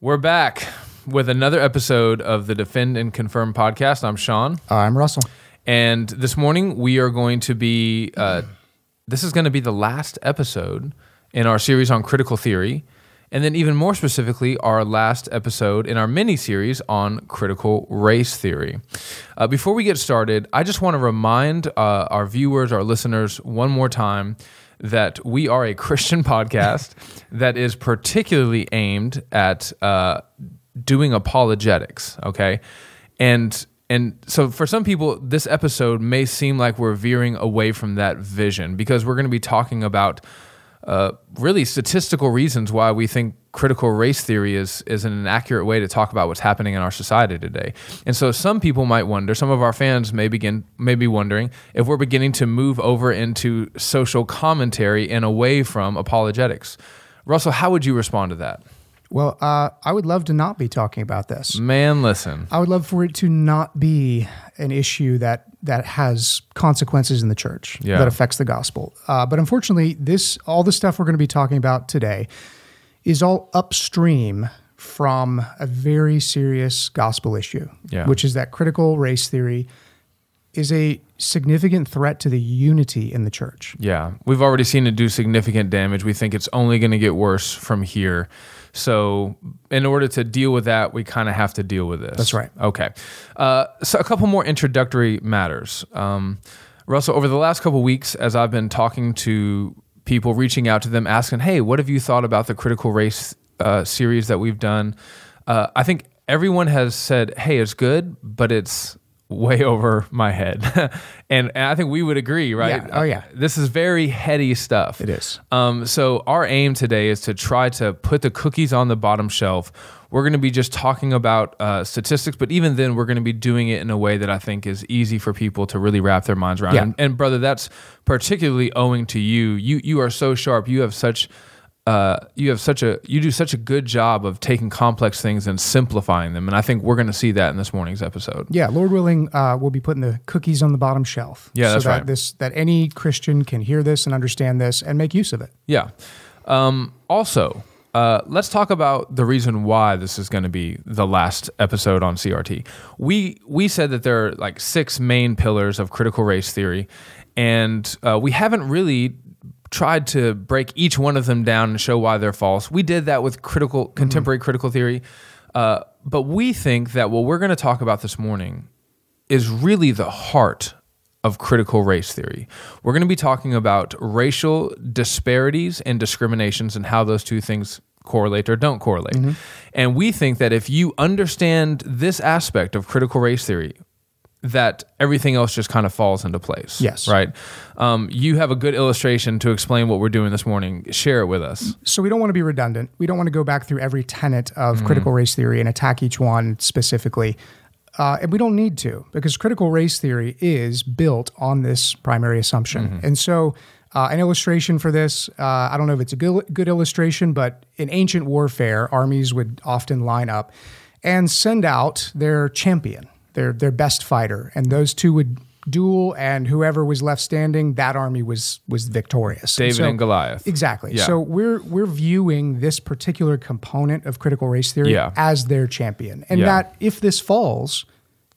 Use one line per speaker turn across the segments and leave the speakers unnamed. We're back with another episode of the Defend and Confirm podcast. I'm Sean.
I'm Russell.
And this morning we are going to be, uh, this is going to be the last episode in our series on critical theory. And then, even more specifically, our last episode in our mini series on critical race theory. Uh, before we get started, I just want to remind uh, our viewers, our listeners, one more time that we are a Christian podcast that is particularly aimed at uh, doing apologetics, okay? And and so for some people this episode may seem like we're veering away from that vision because we're going to be talking about uh, really statistical reasons why we think critical race theory is is an inaccurate way to talk about what's happening in our society today. And so some people might wonder, some of our fans may begin may be wondering if we're beginning to move over into social commentary and away from apologetics. Russell, how would you respond to that?
Well, uh, I would love to not be talking about this.
Man, listen.
I would love for it to not be an issue that that has consequences in the church
Yeah.
that affects the gospel. Uh, but unfortunately, this all the stuff we're going to be talking about today is all upstream from a very serious gospel issue,
Yeah.
which is that critical race theory is a significant threat to the unity in the church.
Yeah, we've already seen it do significant damage. We think it's only going to get worse from here. So, in order to deal with that, we kind of have to deal with this.
That's right.
Okay. Uh, so, a couple more introductory matters. Um, Russell, over the last couple weeks, as I've been talking to people, reaching out to them, asking, hey, what have you thought about the critical race uh, series that we've done? Uh, I think everyone has said, hey, it's good, but it's way over my head. and, and I think we would agree, right?
Yeah. Oh, yeah.
This is very heady stuff.
It is.
Um, so our aim today is to try to put the cookies on the bottom shelf. We're going to be just talking about uh, statistics, but even then, we're going to be doing it in a way that I think is easy for people to really wrap their minds around.
Yeah.
And, and brother, that's particularly owing to you. You you are so sharp. You have such. Uh, you have such a you do such a good job of taking complex things and simplifying them, and I think we're going to see that in this morning's episode.
Yeah, Lord willing, uh, we'll be putting the cookies on the bottom shelf.
Yeah,
so
that's
that
right.
This that any Christian can hear this and understand this and make use of it.
Yeah. Um, also, uh, let's talk about the reason why this is going to be the last episode on CRT. We we said that there are like six main pillars of critical race theory, and uh, we haven't really tried to break each one of them down and show why they're false. We did that with critical contemporary critical theory, uh, but we think that what we're going to talk about this morning is really the heart of critical race theory. We're going to be talking about racial disparities and discriminations and how those two things correlate or don't correlate.
Mm-hmm.
And we think that if you understand this aspect of critical race theory, that everything else just kind of falls into place.
Yes.
Right. Um, you have a good illustration to explain what we're doing this morning. Share it with us.
So we don't want to be redundant. We don't want to go back through every tenet of
Mm.
critical race theory and attack each one specifically. Uh, and we don't need to because critical race theory is built on this primary assumption.
Mm-hmm.
And so, uh, an illustration for this, uh, I don't know if it's a good, good illustration, but in ancient warfare, armies would often line up and send out their champion, their their best fighter, and those two would duel, and whoever was left standing, that army was was victorious.
David
so,
and Goliath.
Exactly.
Yeah.
So we're we're viewing this particular component of critical race theory
Yeah.
as their champion, and
Yeah.
that if this falls,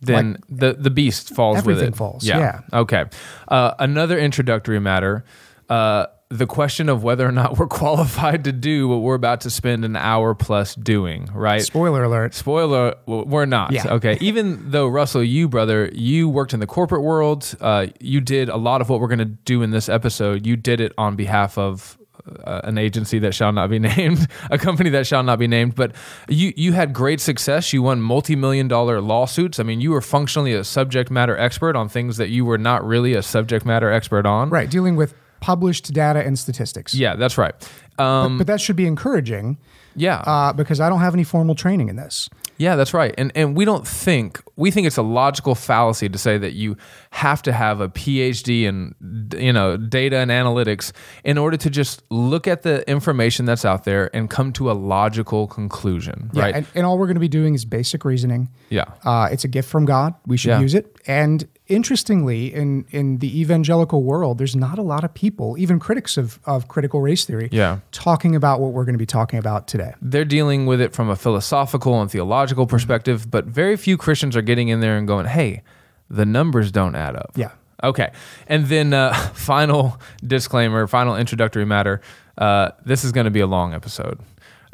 then the the beast falls with
Everything
it.
falls, yeah.
Okay. Uh, another introductory matter. Uh, the question of whether or not we're qualified to do what we're about to spend an hour plus doing, right?
spoiler alert,
Spoiler, w- we're not.
Yeah.
Okay. Even though, Russell, you, brother, you worked in the corporate world. Uh, you did a lot of what we're going to do in this episode. You did it on behalf of uh, an agency that shall not be named, a company that shall not be named. But you, you had great success. You won multi million dollar lawsuits. I mean, you were functionally a subject matter expert on things that you were not really a subject matter expert on.
right? Dealing with published data and statistics,
Yeah, that's right. Um,
but that should be encouraging
yeah.
uh, because I don't have any formal training in this.
Yeah, that's right. And and we don't think we think it's a logical fallacy to say that you have to have a PhD in d- you know data and analytics in order to just look at the information that's out there and come to a logical conclusion,
Yeah,
right?
and, and all we're going to be doing is basic reasoning.
yeah.
Uh, it's a gift from God. We should
Yeah.
use it, and interestingly, in in the evangelical world, there's not a lot of people, even critics of of critical race theory,
Yeah.
talking about what we're going to be talking about today.
They're dealing with it from a philosophical and theological perspective, but very few Christians are getting in there and going, hey, the numbers don't add up.
Yeah.
Okay. And then uh, final disclaimer, final introductory matter. Uh, this is going to be a long episode.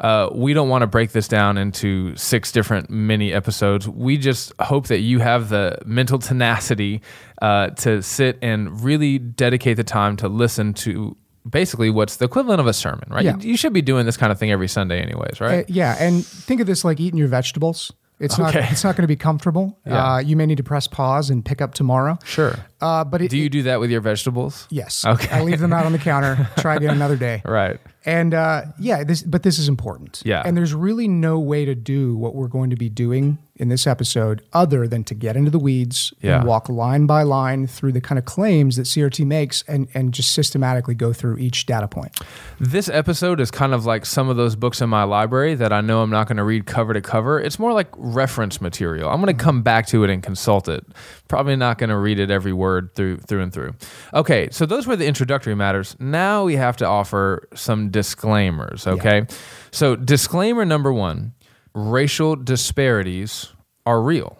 Uh, we don't want to break this down into six different mini episodes. We just hope that you have the mental tenacity uh, to sit and really dedicate the time to listen to basically what's the equivalent of a sermon, right?
Yeah.
You, you should be doing this kind of thing every Sunday, anyways, right?
Uh, yeah, and think of this like eating your vegetables. It's
Okay.
not it's not going to be comfortable.
Yeah.
Uh, you may need to press pause and pick up tomorrow.
sure.
Uh, but it,
Do you do that with your vegetables?
Yes.
Okay.
I leave them out on the counter. Try again another day.
Right.
And uh, yeah, this but this is important.
Yeah.
And there's really no way to do what we're going to be doing in this episode other than to get into the weeds
Yeah.
and walk line by line through the kind of claims that CRT makes and and just systematically go through each data point.
This episode is kind of like some of those books in my library that I know I'm not going to read cover to cover. It's more like reference material. I'm going to come back to it and consult it. Probably not going to read it every word through through and through. Okay, so those were the introductory matters. Now we have to offer some disclaimers, okay? So disclaimer number 1, racial disparities are real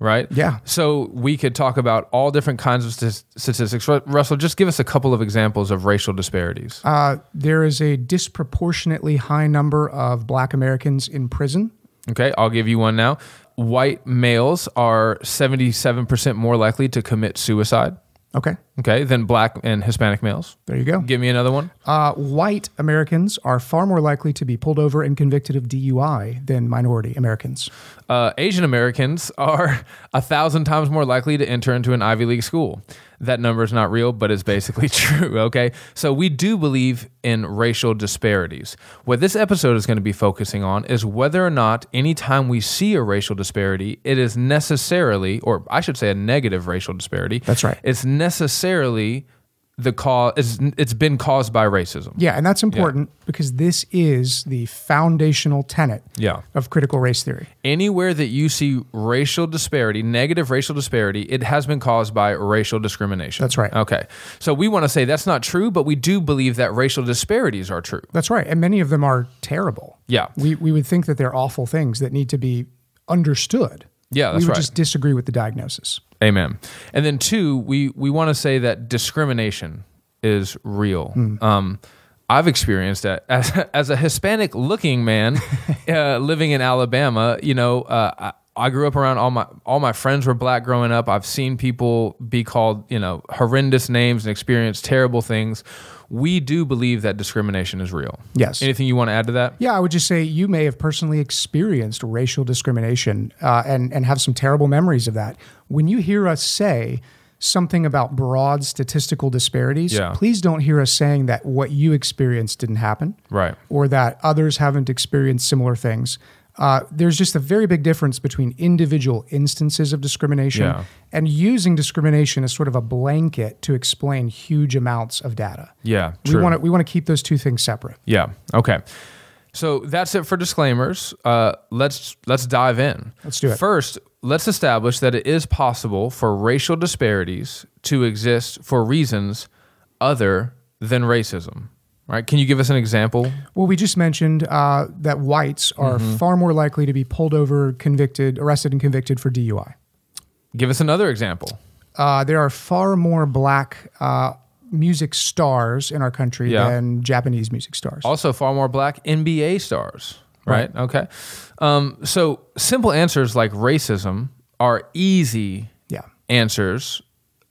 right?
Yeah.
So we could talk about all different kinds of stas- statistics. Ru- Russell, just give us a couple of examples of racial disparities.
Uh, there is a disproportionately high number of Black Americans in prison.
Okay, I'll give you one now. White males are 77% more likely to commit suicide,
Okay,
okay, than black and Hispanic males.
there you go.
Give me another one.
Uh, white Americans are far more likely to be pulled over and convicted of DUI than minority Americans.
Uh, Asian Americans are a thousand times more likely to enter into an Ivy League school. That number is not real, but it's basically true. Okay. So we do believe in racial disparities. What this episode is going to be focusing on is whether or not anytime we see a racial disparity, it is necessarily, or I should say a negative racial disparity.
That's right.
It's necessarily the cause, it's, it's been caused by racism.
Yeah, and that's important because this is the foundational tenet
Yeah.
of critical race theory.
anywhere that you see racial disparity, negative racial disparity, it has been caused by racial discrimination.
That's right.
Okay. So we want to say that's not true, but we do believe that racial disparities are true.
That's right. And many of them are terrible.
Yeah.
We, we would think that they're awful things that need to be understood.
Yeah, that's
we would
right.
just disagree with the diagnosis.
Amen. And then two, we we want to say that discrimination is real.
Hmm.
Um, I've experienced that as as a Hispanic looking man uh, living in Alabama. You know, uh, I, I grew up around all my all my friends were black growing up. I've seen people be called you know horrendous names and experience terrible things. We do believe that discrimination is real.
Yes.
Anything you want to add to that?
Yeah, I would just say you may have personally experienced racial discrimination uh, and and have some terrible memories of that. When you hear us say something about broad statistical disparities,
Yeah.
please don't hear us saying that what you experienced didn't happen,
Right.
Or that others haven't experienced similar things. Uh, there's just a very big difference between individual instances of discrimination
Yeah.
and using discrimination as sort of a blanket to explain huge amounts of data.
Yeah.
We want to we want to keep those two things separate.
Yeah. Okay. So that's it for disclaimers. Uh, let's let's dive in.
Let's do it.
First, let's establish that it is possible for racial disparities to exist for reasons other than racism. Right? Can you give us an example?
Well, we just mentioned uh, that whites are
Mm-hmm.
far more likely to be pulled over, convicted, arrested, and convicted for DUI.
Give us another example.
Uh, there are far more black uh, music stars in our country
Yeah. Oh.
than Japanese music stars.
Also, far more black NBA stars. Right? Okay. Um, so simple answers like racism are easy
yeah,
answers,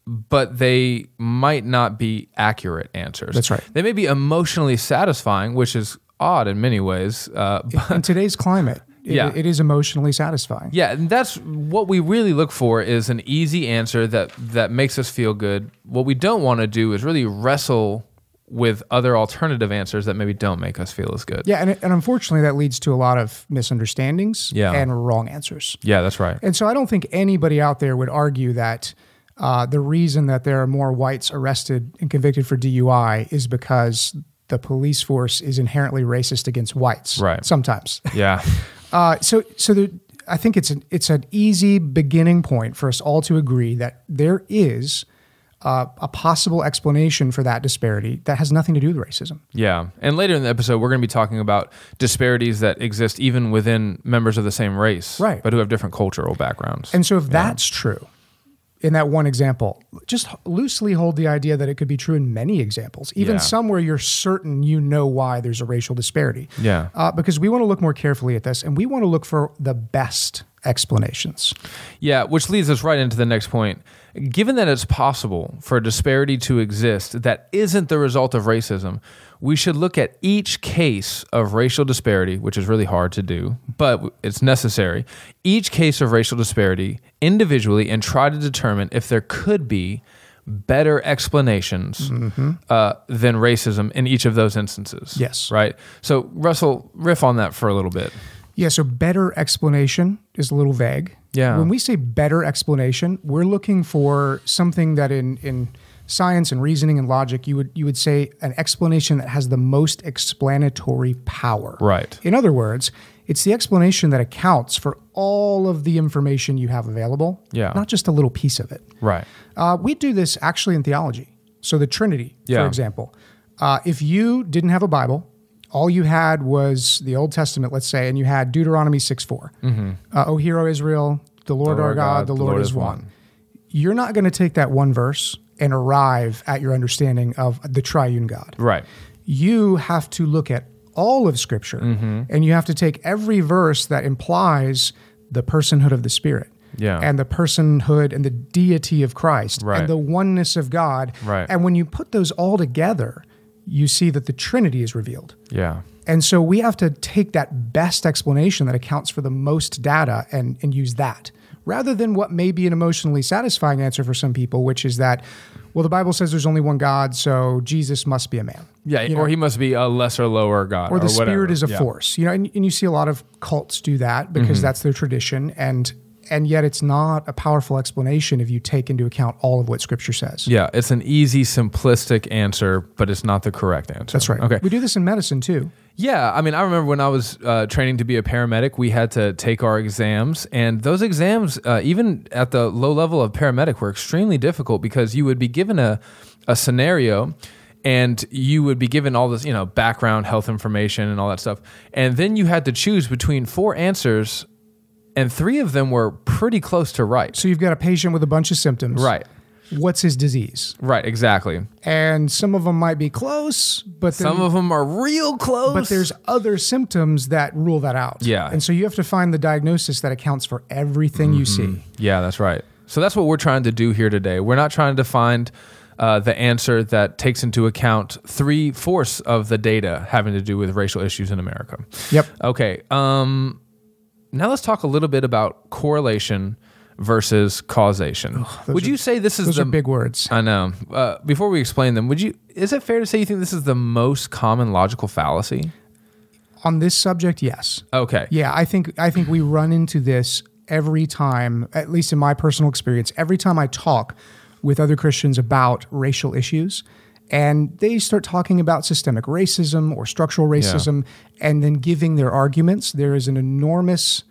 but they might not be accurate answers.
That's right.
They may be emotionally satisfying, which is odd in many ways. Uh, but
in today's climate, it,
Yeah.
it is emotionally satisfying.
yeah, and that's what we really look for is an easy answer that that makes us feel good. What we don't want to do is really wrestle with other alternative answers that maybe don't make us feel as good.
Yeah, and, and unfortunately, that leads to a lot of misunderstandings
Yeah.
and wrong answers.
Yeah, that's right.
And so I don't think anybody out there would argue that uh, the reason that there are more whites arrested and convicted for DUI is because the police force is inherently racist against whites.
Right.
Sometimes.
Yeah.
Uh, so so there, I think it's an, it's an easy beginning point for us all to agree that there is uh, a possible explanation for that disparity that has nothing to do with racism.
Yeah. And later in the episode, we're going to be talking about disparities that exist even within members of the same race,
Right.
but who have different cultural backgrounds.
And so, if that's true in that one example, just loosely hold the idea that it could be true in many examples, even
Yeah.
some where you're certain you know why there's a racial disparity.
Yeah.
Uh, because we want to look more carefully at this and we want to look for the best explanations.
Yeah, which leads us right into the next point. Given that it's possible for a disparity to exist that isn't the result of racism, we should look at each case of racial disparity, which is really hard to do, but it's necessary. Each case of racial disparity individually and try to determine if there could be better explanations uh, than racism in each of those instances.
Yes.
Right? So, Russell, riff on that for a little bit.
Yeah, so better explanation is a little vague.
Yeah.
When we say better explanation, we're looking for something that in in science and reasoning and logic you would you would say an explanation that has the most explanatory power.
Right.
In other words, it's the explanation that accounts for all of the information you have available,
Yeah.
not just a little piece of it.
Right.
Uh, we do this actually in theology. So the Trinity,
Yeah.
for example. Uh, if you didn't have a Bible, all you had was the Old Testament, let's say, and you had Deuteronomy 6 4. Uh, o hero Israel, the Lord, our God, the Lord, is one. You're not going to take that one verse and arrive at your understanding of the triune God
Right.
you have to look at all of scripture
Mm-hmm.
and you have to take every verse that implies the personhood of the spirit
Yeah.
and the personhood and the deity of christ
Right.
and the oneness of god
Right.
and when you put those all together you see that the trinity is revealed
Yeah.
and so we have to take that best explanation that accounts for the most data and, and use that rather than what may be an emotionally satisfying answer for some people, which is that, well, the Bible says there's only one God, so Jesus must be a man.
Yeah,
You
or
know?
he must be a lesser, lower god,
or the spirit is a
Yeah. Mm-hmm.
force you know and, and you see a lot of cults do that because that's their tradition and and yet it's not a powerful explanation if you take into account all of what scripture says
Yeah, it's an easy, simplistic answer, but it's not the correct answer.
that's right
Okay.
we do this in medicine too
Yeah, I mean, I remember when I was uh, training to be a paramedic, we had to take our exams, and those exams, uh, even at the low level of paramedic, were extremely difficult because you would be given a a scenario. And you would be given all this, you know, background health information and all that stuff. And then you had to choose between four answers, and three of them were pretty close to right.
so you've got a patient with a bunch of symptoms
Right.
what's his disease
Right, exactly.
and some of them might be close but then,
Some of them are real close.
but there's other symptoms that rule that out
Yeah.
and so you have to find the diagnosis that accounts for everything you
Mm-hmm.
see
yeah, that's right. So that's what we're trying to do here today. We're not trying to find uh, the answer that takes into account three fourths of the data having to do with racial issues in America.
yep
Okay. Um, now let's talk a little bit about correlation versus causation. Would you say this is
those
the
are big words
I know. Uh, before we explain them, would you? Is it fair to say you think this is the most common logical fallacy?
on this subject yes
Okay.
Yeah, I think I think we run into this every time, at least in my personal experience, every time I talk with other Christians about racial issues and they start talking about systemic racism or structural racism and then giving their arguments, there is an enormous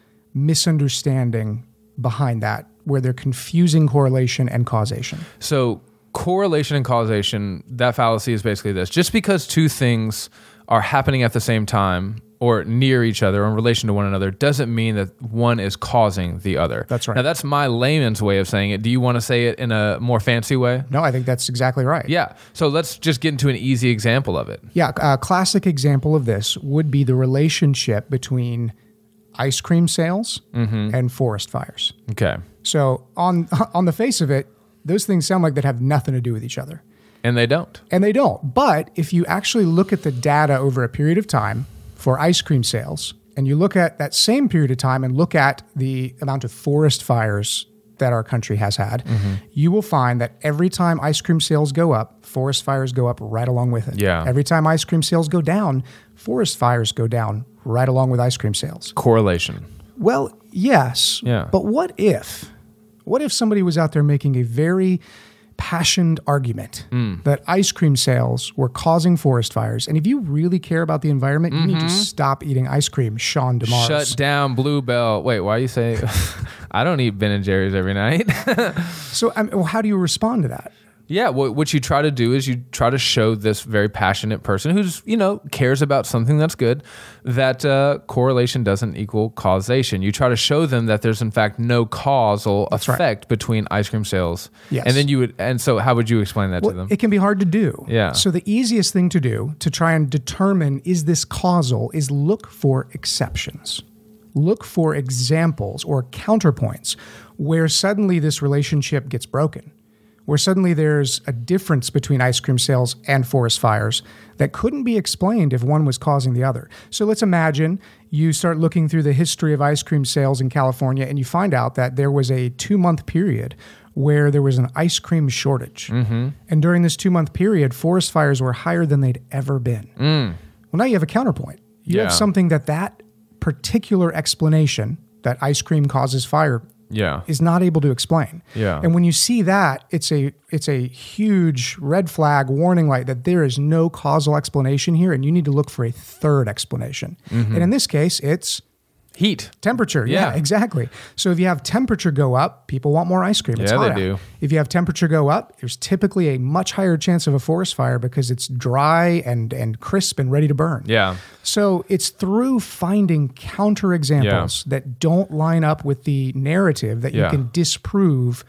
misunderstanding behind that where they're confusing correlation and causation.
So correlation and causation, that fallacy is basically this. Just because two things are happening at the same time or near each other or in relation to one another doesn't mean that one is causing the other.
That's right.
Now that's my layman's way of saying it. Do you want to say it in a more fancy way?
No, I think that's exactly right.
Yeah. So let's just get into an easy example of it.
Yeah, a classic example of this would be the relationship between ice cream sales and forest fires.
Okay.
So on on the face of it, those things sound like they have nothing to do with each other.
And they don't.
And they don't. But if you actually look at the data over a period of time for ice cream sales, and you look at that same period of time and look at the amount of forest fires that our country has had, you will find that every time ice cream sales go up, forest fires go up right along with it.
Yeah.
Every time ice cream sales go down, forest fires go down right along with ice cream sales.
Correlation.
Well, yes.
Yeah.
But what if? What if somebody was out there making a very passioned argument
Hmm.
that ice cream sales were causing forest fires. And if you really care about the environment, you need to stop eating ice cream, Sean DeMars.
Mm-hmm. Shut down Bluebell. Wait, why you say? I don't eat Ben and Jerry's every night.
So, I mean, well, how do you respond to that?
yeah, what, what you try to do is you try to show this very passionate person who's you know cares about something that's good that uh, correlation doesn't equal causation. You try to show them that there's in fact no causal
right.
effect between ice cream sales.
Yes.
and then you would. And so, how would you explain that to
Well,
them?
it can be hard to do.
Yeah.
So the easiest thing to do to try and determine is this causal is look for exceptions. Look for examples or counterpoints where suddenly this relationship gets broken. Where suddenly there's a difference between ice cream sales and forest fires that couldn't be explained if one was causing the other. So let's imagine you start looking through the history of ice cream sales in California and you find out that there was a two month period where there was an ice cream shortage.
Mm-hmm.
And during this two month period, forest fires were higher than they'd ever been. Well, now you have a counterpoint. You
Mm. Yeah.
have something that that particular explanation that ice cream causes fire
yeah,
is not able to explain.
Yeah.
And when you see that, it's a it's a huge red flag warning light that there is no causal explanation here and you need to look for a third explanation.
Mm-hmm.
And in this case, it's
heat.
Temperature, yeah.
Yeah.
exactly. So if you have temperature go up, people want more ice cream. It's
Yeah, they
hot out.
do.
If you have temperature go up, there's typically a much higher chance of a forest fire because it's dry and and crisp and ready to burn.
Yeah,
So it's through finding counterexamples that don't line up with the narrative that
Yeah.
you can disprove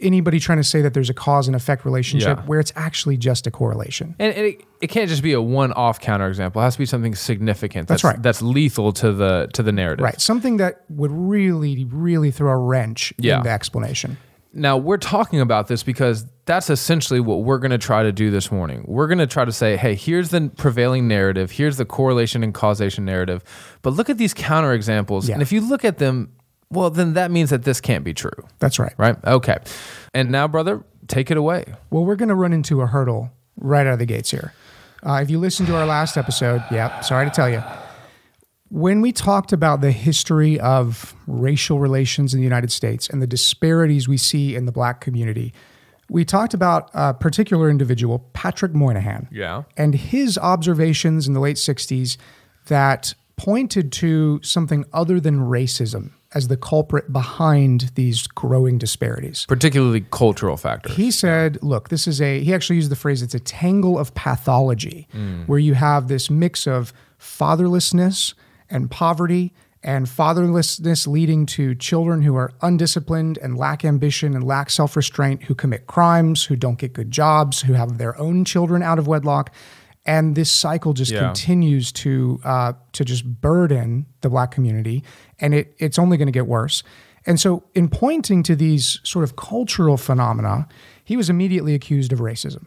anybody trying to say that there's a cause and effect relationship
Yeah.
where it's actually just a correlation.
And, and it, it can't just be a one-off counterexample. It has to be something significant. That's,
right.
That's lethal to the to the narrative.
Right. Something that would really, really throw a wrench
Yeah.
in the explanation.
Now we're talking about this because that's essentially what we're going to try to do this morning. We're going to try to say, hey, here's the prevailing narrative. Here's the correlation and causation narrative. But look at these counterexamples,
Yeah.
and if you look at them, well, then that means that this can't be true,
That's right.
right? Okay. And now, brother, take it away.
Well, we're going to run into a hurdle right out of the gates here. Uh, if you listen to our last episode, yeah, sorry to tell you. When we talked about the history of racial relations in the United States and the disparities we see in the black community, we talked about a particular individual, Patrick Moynihan
Yeah.
and his observations in the late 60s that pointed to something other than racism as the culprit behind these growing disparities.
Particularly cultural factor.
He said, look, this is a, he actually used the phrase, it's a tangle of pathology, where you have this mix of fatherlessness and poverty, and fatherlessness leading to children who are undisciplined and lack ambition and lack self restraint, who commit crimes, who don't get good jobs, who have their own children out of wedlock. And this cycle just
Yeah.
continues to uh, to just burden the black community, and it it's only going to get worse. And so, in pointing to these sort of cultural phenomena, he was immediately accused of racism.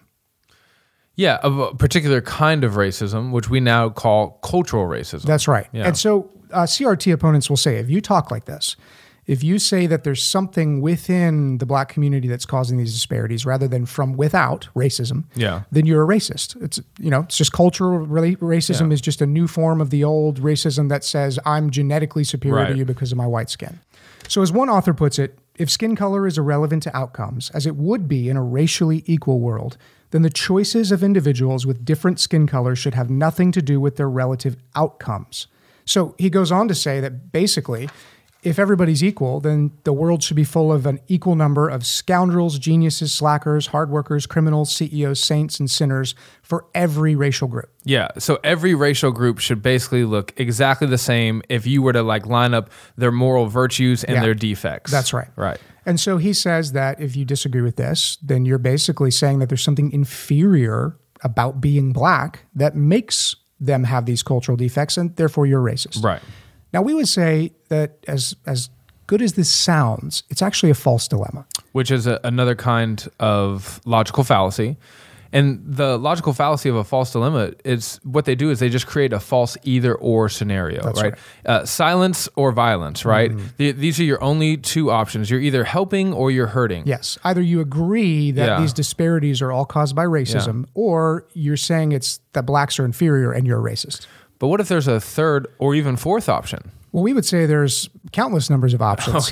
Yeah, of a particular kind of racism, which we now call cultural racism.
That's right. And so, uh, CRT opponents will say, if you talk like this, if you say that there's something within the black community that's causing these disparities, rather than from without racism,
Yeah.
then you're a racist. It's you know, it's just cultural rela- racism is just a new form of the old racism that says I'm genetically superior
Right.
to you because of my white skin. So as one author puts it, if skin color is irrelevant to outcomes as it would be in a racially equal world, then the choices of individuals with different skin colors should have nothing to do with their relative outcomes. So he goes on to say that basically if everybody's equal, then the world should be full of an equal number of scoundrels, geniuses, slackers, hard workers, criminals, CEOs, saints, and sinners for every racial group.
Yeah, so every racial group should basically look exactly the same if you were to like line up their moral virtues and
Yeah,
their defects.
That's right.
Right.
And so he says that if you disagree with this, then you're basically saying that there's something inferior about being black that makes them have these cultural defects, and therefore you're racist.
Right.
Now we would say that as as good as this sounds, it's actually a false dilemma.
Which is a, another kind of logical fallacy. And the logical fallacy of a false dilemma is what they do is they just create a false either or scenario, right? Uh, silence or violence, right?
Mm-hmm.
The, these are your only two options. You're either helping or you're hurting.
Yes. Either you agree that
Yeah.
these disparities are all caused by racism, or you're saying it's that blacks are inferior and you're a racist.
But what if there's a third or even fourth option?
Well, we would say there's countless numbers of options.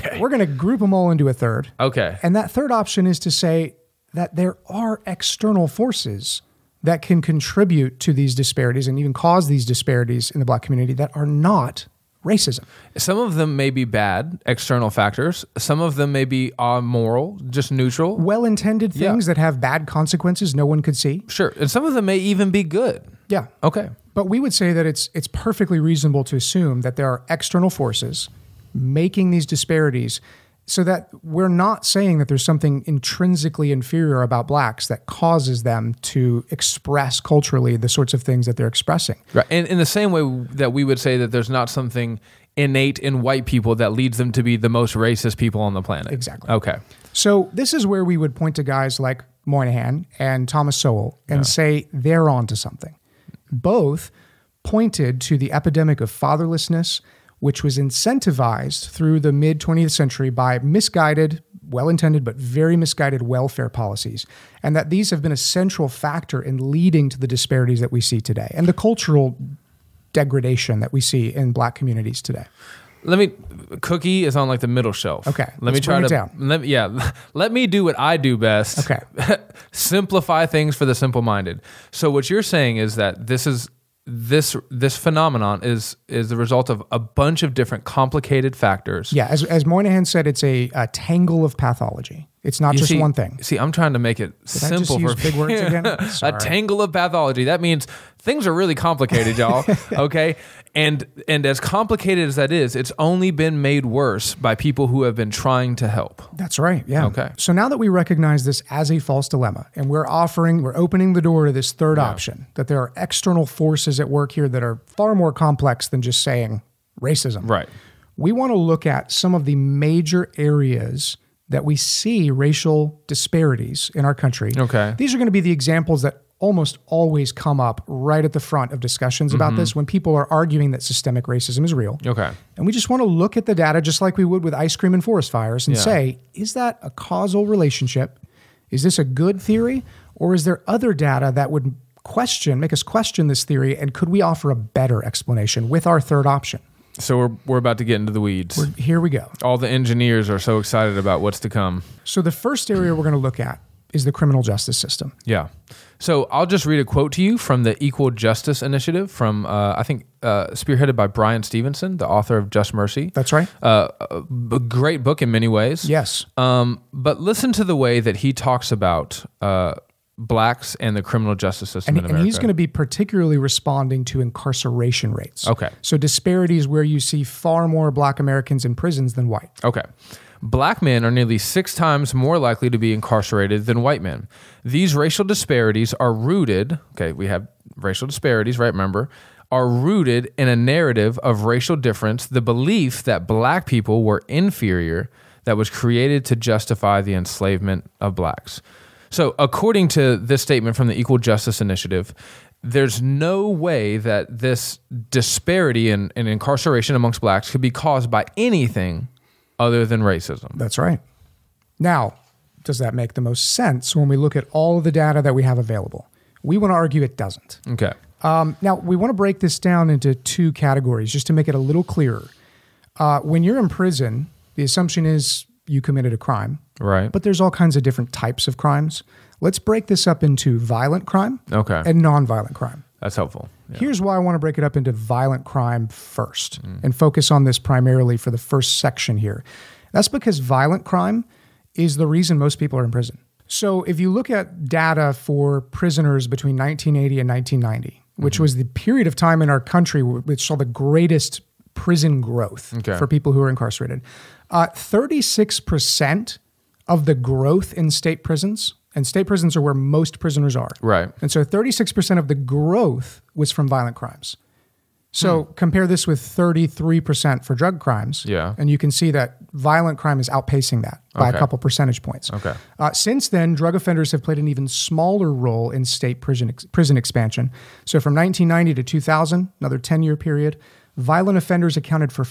Okay.
We're going to group them all into a third.
Okay.
And that third option is to say that there are external forces that can contribute to these disparities and even cause these disparities in the black community that are not racism.
Some of them may be bad external factors. Some of them may be amoral, just neutral.
Well intended
Yeah.
things that have bad consequences no one could see.
Sure. And some of them may even be good.
Yeah.
Okay.
But we would say that it's it's perfectly reasonable to assume that there are external forces making these disparities so that we're not saying that there's something intrinsically inferior about blacks that causes them to express culturally the sorts of things that they're expressing.
Right. And in the same way that we would say that there's not something innate in white people that leads them to be the most racist people on the planet.
Exactly.
Okay.
So this is where we would point to guys like Moynihan and Thomas Sowell and say they're onto something. Both pointed to the epidemic of fatherlessness, which was incentivized through the mid 20th century by misguided, well intended, but very misguided welfare policies, and that these have been a central factor in leading to the disparities that we see today and the cultural degradation that we see in black communities today.
Let me. Cookie is on like the middle shelf.
Okay,
Let me
let's
try
bring
to.
it down.
Let me. Yeah. Let me do what I do best.
Okay.
Simplify things for the simple-minded. So what you're saying is that this is this this phenomenon is is the result of a bunch of different complicated factors.
Yeah, as, as Moynihan said, it's a, a tangle of pathology. It's not
You
just
see-
one thing.
See, I'm trying to make it
I just
simple
use
for
big words again?
a
Sorry.
tangle of pathology. That means things are really complicated, y'all. okay, and and as complicated as that is, it's only been made worse by people who have been trying to help.
That's right. Yeah.
Okay.
So now that we recognize this as a false dilemma and we're offering, we're opening the door to this third option that there are external forces at work here that are far more complex than just saying racism.
Right.
We want to look at some of the major areas that we see racial disparities in our country.
Okay.
These are going to be the examples that almost always come up right at the front of discussions
Mm-hmm.
about this when people are arguing that systemic racism is real.
Okay.
And we just want to look at the data just like we would with ice cream and forest fires and
Yeah.
say, is that a causal relationship? Is this a good theory? Or is there other data that would question, make us question this theory? And could we offer a better explanation with our third option?
So we're we're about to get into the weeds.
Here we go.
All the engineers are so excited about what's to come.
So the first area we're going to look at is the criminal justice system.
Yeah. So I'll just read a quote to you from the Equal Justice Initiative from uh, I think uh, spearheaded by Brian Stevenson, the author of Just Mercy.
That's right.
Uh, a b- great book in many ways.
Yes.
Um, but listen to the way that he talks about uh, blacks and the criminal justice system in
And,
America.
and he's going to be particularly responding to incarceration rates.
Okay.
So disparities where you see far more black Americans in prisons than white.
Okay. Black men are nearly six times more likely to be incarcerated than white men. These racial disparities are rooted, okay, we have racial disparities, right? Remember, are rooted in a narrative of racial difference, the belief that black people were inferior that was created to justify the enslavement of blacks. So, according to this statement from the Equal Justice Initiative, there's no way that this disparity in, in incarceration amongst blacks could be caused by anything other than racism.
That's right. Now, does that make the most sense when we look at all of the data that we have available? We want to argue it doesn't.
Okay.
Um, now, we want to break this down into two categories just to make it a little clearer. Uh, when you're in prison, the assumption is you committed a crime,
Right.
but there's all kinds of different types of crimes. Let's break this up into violent crime
okay.
and nonviolent crime.
That's helpful. Yeah.
Here's why I want to break it up into violent crime first
Mm.
and focus on this primarily for the first section here. That's because violent crime is the reason most people are in prison. So if you look at data for prisoners between 1980 and 1990, which
Mm-hmm.
was the period of time in our country wh- which saw the greatest prison growth
Okay.
for people who are incarcerated, uh, 36% of the growth in state prisons, and state prisons are where most prisoners are.
Right.
And so 36% of the growth was from violent crimes. So compare this with 33% for drug crimes.
Hmm. Yeah.
And you can see that violent crime is outpacing that by
Okay.
a couple percentage points.
Okay.
Uh, since then, drug offenders have played an even smaller role in state prison, ex- prison expansion. So from 1990 to 2000, another 10 year period, violent offenders accounted for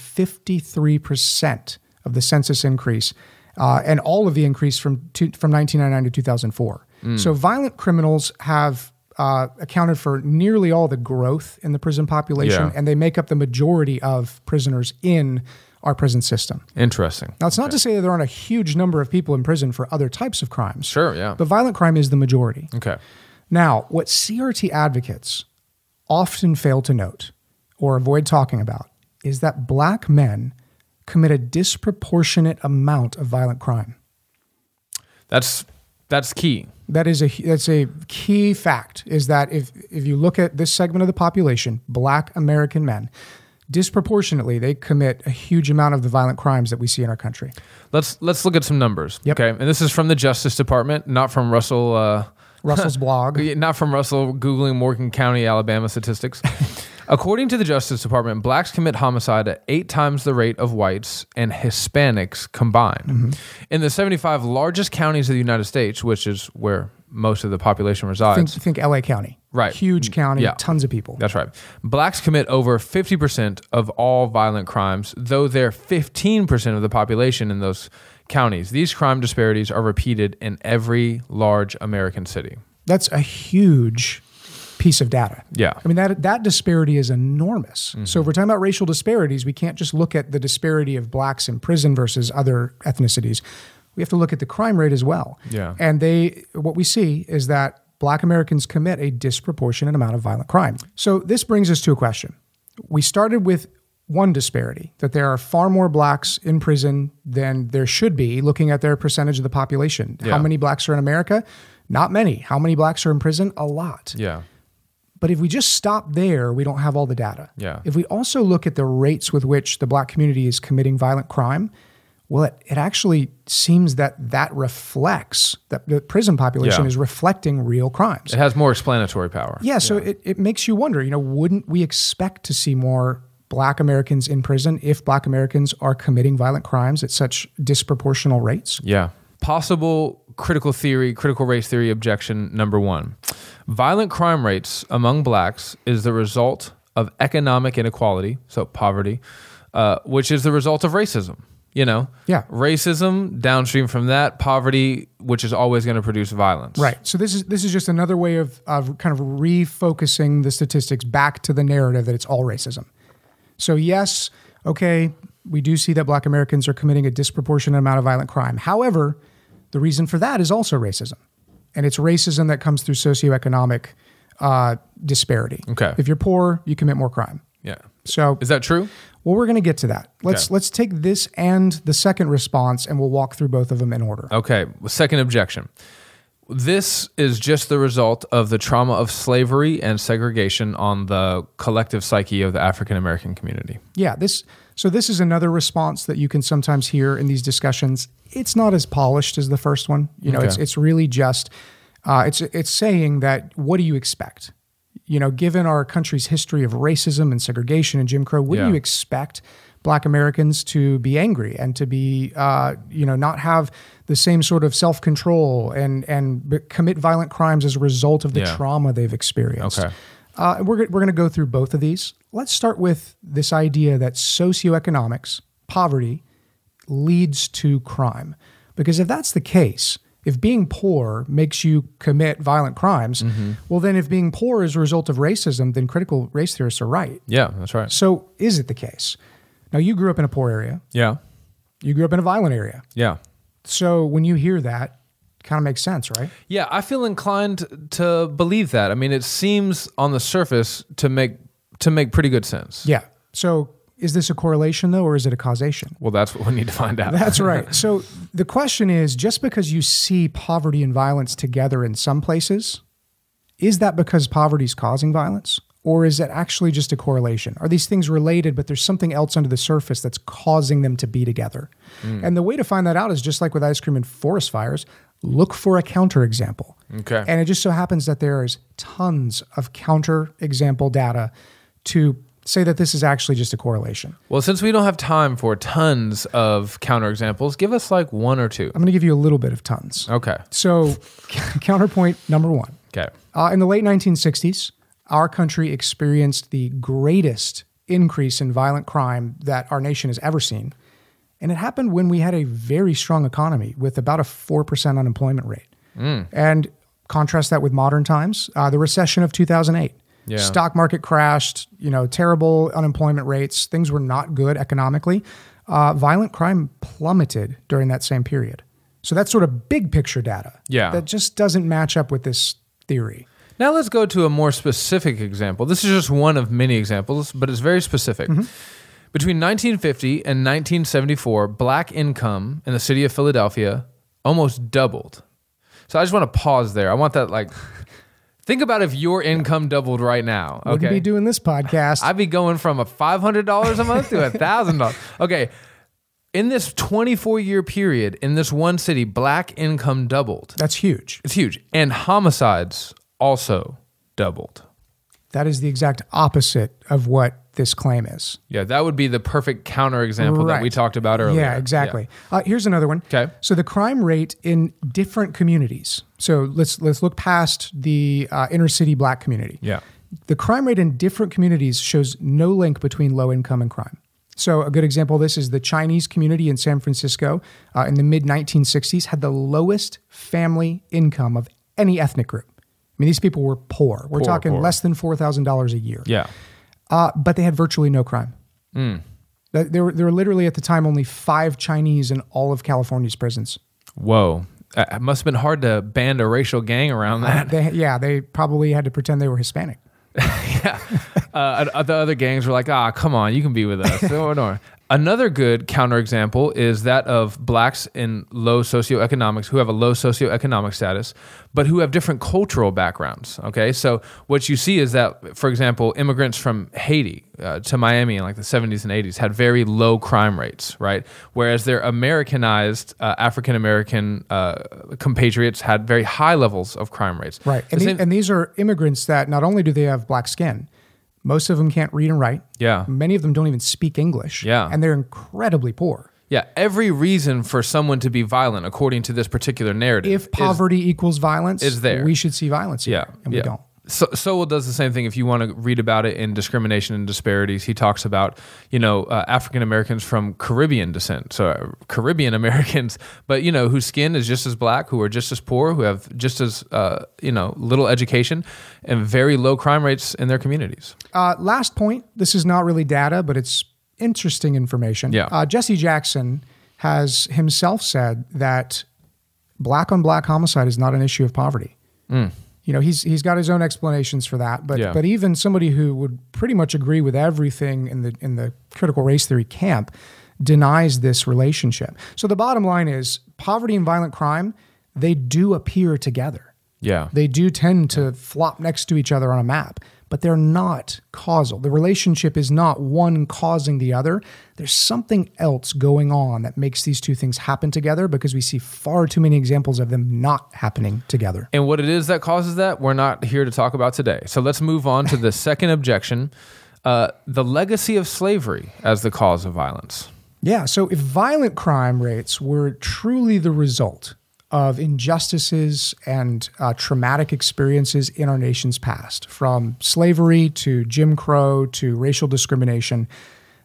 53% of the census increase uh, and all of the increase from, two, from 1999 to 2004.
Hmm.
So violent criminals have uh, accounted for nearly all the growth in the prison population,
Yeah.
and they make up the majority of prisoners in our prison system.
Interesting.
Now, it's not to say that there aren't a huge number of people in prison for other types of crimes.
Sure, yeah.
But violent crime is the majority.
Okay.
Now, what CRT advocates often fail to note or avoid talking about is that black men commit a disproportionate amount of violent crime.
That's that's key.
That is a that's a key fact is that if if you look at this segment of the population, black American men, disproportionately they commit a huge amount of the violent crimes that we see in our country.
Let's let's look at some numbers.
Yep.
Okay. And this is from the Justice Department, not from Russell uh,
Russell's blog.
Yeah, Not from Russell Googling Morgan County, Alabama statistics. According to the Justice Department, blacks commit homicide at eight times the rate of whites and Hispanics combined.
Mm-hmm.
In the 75 largest counties of the United States, which is where most of the population
Think,
resides,
think LA County.
Right. Mm,
Huge county,
Yeah.
tons of people.
that's right, blacks commit over 50% of all violent crimes, though they're 15% of the population in those counties. These crime disparities are repeated in every large American city.
That's a huge piece of data.
Yeah. Mm-hmm.
I mean that that disparity is enormous. So if we're talking about racial disparities, we can't just look at the disparity of blacks in prison versus other ethnicities. We have to look at the crime rate as well.
Yeah.
And they what we see is that black Americans commit a disproportionate amount of violent crime. So this brings us to a question. We started with one disparity that there are far more blacks in prison than there should be looking at their percentage of the population.
Yeah.
How many blacks are in America? Not many. How many blacks are in prison? A lot.
Yeah.
But if we just stop there, we don't have all the data.
Yeah.
If we also look at the rates with which the black community is committing violent crime, well, it, it actually seems that that reflects that the prison population
Yeah.
is reflecting real crimes.
It has more explanatory power.
Yeah, so It, it makes you wonder, you know, wouldn't we expect to see more black Americans in prison if black Americans are committing violent crimes at such disproportional rates?
Yeah. Possible critical theory, critical race theory objection number one. Violent crime rates among blacks is the result of economic inequality, so poverty, uh, which is the result of racism. You know?
Yeah.
Racism, downstream from that, poverty, which is always going to produce violence.
Right. So this is this is just another way of of kind of refocusing the statistics back to the narrative that it's all racism. So yes, okay, we do see that black Americans are committing a disproportionate amount of violent crime. However, the reason for that is also racism. And it's racism that comes through socioeconomic uh, disparity.
Okay.
If you're poor, you commit more crime.
Yeah.
So
Is that true?
well, we're going to get to that. Let's
Okay.
let's take this and the second response, and we'll walk through both of them in order.
Okay. well, Second objection. This is just the result of the trauma of slavery and segregation on the collective psyche of the African American community.
Yeah, this so this is another response that you can sometimes hear in these discussions. It's not as polished as the first one. You know, it's
Okay.
it's really just uh, it's it's saying that what do you expect? You know, given our country's history of racism and segregation and Jim Crow, what
Yeah.
do you expect Black Americans to be angry and to be uh, you know not have the same sort of self control and and b- commit violent crimes as a result of the
Yeah.
trauma they've experienced?
Okay.
Uh, we're go- we're going to go through both of these. Let's start with this idea that socioeconomics, poverty, leads to crime. Because if that's the case, if being poor makes you commit violent crimes,
Mm-hmm.
well, then if being poor is a result of racism, then critical race theorists are right.
Yeah, that's right.
So is it the case? Now, you grew up in a poor area,
Yeah.
you grew up in a violent area.
Yeah.
So when you hear that, it kind of makes sense, right?
Yeah, I feel inclined to believe that. I mean, it seems on the surface to make to make pretty good sense.
Yeah. So is this a correlation, though, or is it a causation?
Well, that's what we need to find out.
That's right. So the question is just because you see poverty and violence together in some places, is that because poverty is causing violence? Or is it actually just a correlation? Are these things related, but there's something else under the surface that's causing them to be together? And the way to find that out is just like with ice cream and forest fires, look for a counterexample.
Okay.
And it just so happens that there is tons of counterexample data to say that this is actually just a correlation.
Well, since we don't have time for tons of counterexamples, give us like one or two.
I'm gonna give you a little bit of tons.
Okay.
So, c- counterpoint number one.
Okay.
Uh, in the late 1960s, our country experienced the greatest increase in violent crime that our nation has ever seen. And it happened when we had a very strong economy with about a 4% unemployment rate. And contrast that with modern times, uh, the recession of 2008.
Yeah.
Stock market crashed, you know, terrible unemployment rates. Things were not good economically. uh, violent crime plummeted during that same period. So that's sort of big picture data.
Yeah.
That just doesn't match up with this theory.
Now let's go to a more specific example. This is just one of many examples, but it's very specific. Between 1950 and 1974, black income in the city of Philadelphia almost doubled. So I just want to pause there. I want that like think about if your income doubled right now.
Wouldn't
okay.
be doing this podcast.
I'd be going from a five hundred dollars a month to a thousand dollars. Okay, in this twenty-four year period, in this one city, black income doubled.
that's huge.
It's huge, and homicides also doubled.
That is the exact opposite of what this claim is.
Yeah, that would be the perfect counterexample that
Right.
we talked about earlier.
Yeah, exactly. Uh, here's another one.
'Kay.
So the crime rate in different communities. So let's let's look past the uh, inner city black community.
Yeah.
The crime rate in different communities shows no link between low income and crime. So a good example of this is the Chinese community in San Francisco uh, in the mid 1960s had the lowest family income of any ethnic group. I mean, these people were poor. We're
Poor,
talking
poor.
less than four thousand dollars a year
Yeah. Hmm. yeah.
uh, but they had virtually no crime. That- There, were, there were literally at the time only five Chinese in all of California's prisons.
Whoa. Uh, It must have been hard to band a racial gang around that.
They, yeah, they probably had to pretend they were Hispanic.
Uh, and the other gangs were like, ah, come on, you can be with us. No, no. Another good counterexample is that of blacks in low socioeconomics who have a low socioeconomic status, but who have different cultural backgrounds. Okay, so what you see is that, for example, immigrants from Haiti uh, to Miami in like the 70s and 80s had very low crime rates, right? Whereas their Americanized uh, African American uh, compatriots had very high levels of crime rates.
Right.
The
And, the-
same-
and these are immigrants that not only do they have black skin, most of them can't read and write.
yeah.
Many of them don't even speak English.
Yeah.
And they're incredibly poor.
Yeah, every reason for someone to be violent, according to this particular narrative,
If poverty equals violence,
is there.
we should see violence.
yeah,
Here, and
yeah.
we don't.
So, Sowell does the same thing. If you want to read about it in discrimination and disparities, he talks about you know uh, African Americans from Caribbean descent, so uh, Caribbean Americans, but you know whose skin is just as black, who are just as poor, who have just as uh, you know little education and very low crime rates in their communities.
Uh, last point. This is not really data, but it's interesting information.
Yeah.
Uh, Jesse Jackson has himself said that black on black homicide is not an issue of poverty. You know, he's he's got his own explanations for that, but
Hmm. Yeah.
but even somebody who would pretty much agree with everything in the in the critical race theory camp denies this relationship. So the bottom line is poverty and violent crime, they do appear together
Yeah,
they do tend to flop next to each other on a map, but they're not causal. The relationship is not one causing the other. There's something else going on that makes these two things happen together because we see far too many examples of them not happening together.
And what it is that causes that, we're not here to talk about today. So let's move on to the second objection uh, the legacy of slavery as the cause of violence.
Yeah, so if violent crime rates were truly the result of injustices and uh, traumatic experiences in our nation's past, from slavery to Jim Crow to racial discrimination,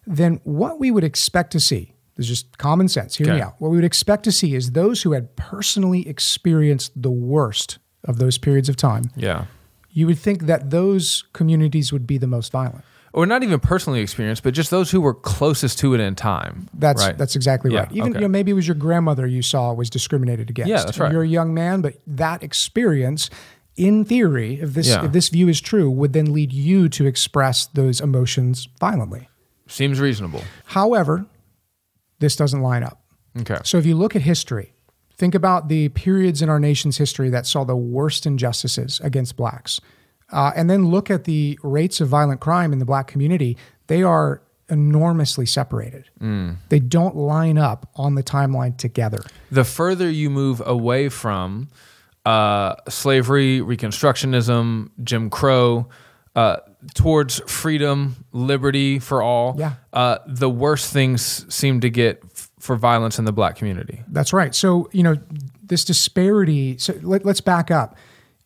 then what we would expect to see is just common sense. Hear me
Okay.
out. What we would expect to see is those who had personally experienced the worst of those periods of time.
Yeah.
You would think that those communities would be the most violent.
Or not even personally experienced, but just those who were closest to it in time.
That's
right?
that's exactly
Yeah,
right. Even
okay.
you know maybe it was your grandmother you saw was discriminated against.
Yeah, that's
And
right.
You're a young man, but that experience, in theory, if this
Yeah.
if this view is true, would then lead you to express those emotions violently.
Seems reasonable.
However, this doesn't line up.
Okay.
So if you look at history, think about the periods in our nation's history that saw the worst injustices against blacks, uh, and then look at the rates of violent crime in the black community. They are enormously separated. They don't line up on the timeline together.
the further you move away from uh, slavery, Reconstructionism, Jim Crow, uh, towards freedom, liberty for all,
Yeah.
uh, the worse things seem to get f- for violence in the black community.
That's right. So, you know, this disparity. So let, let's back up.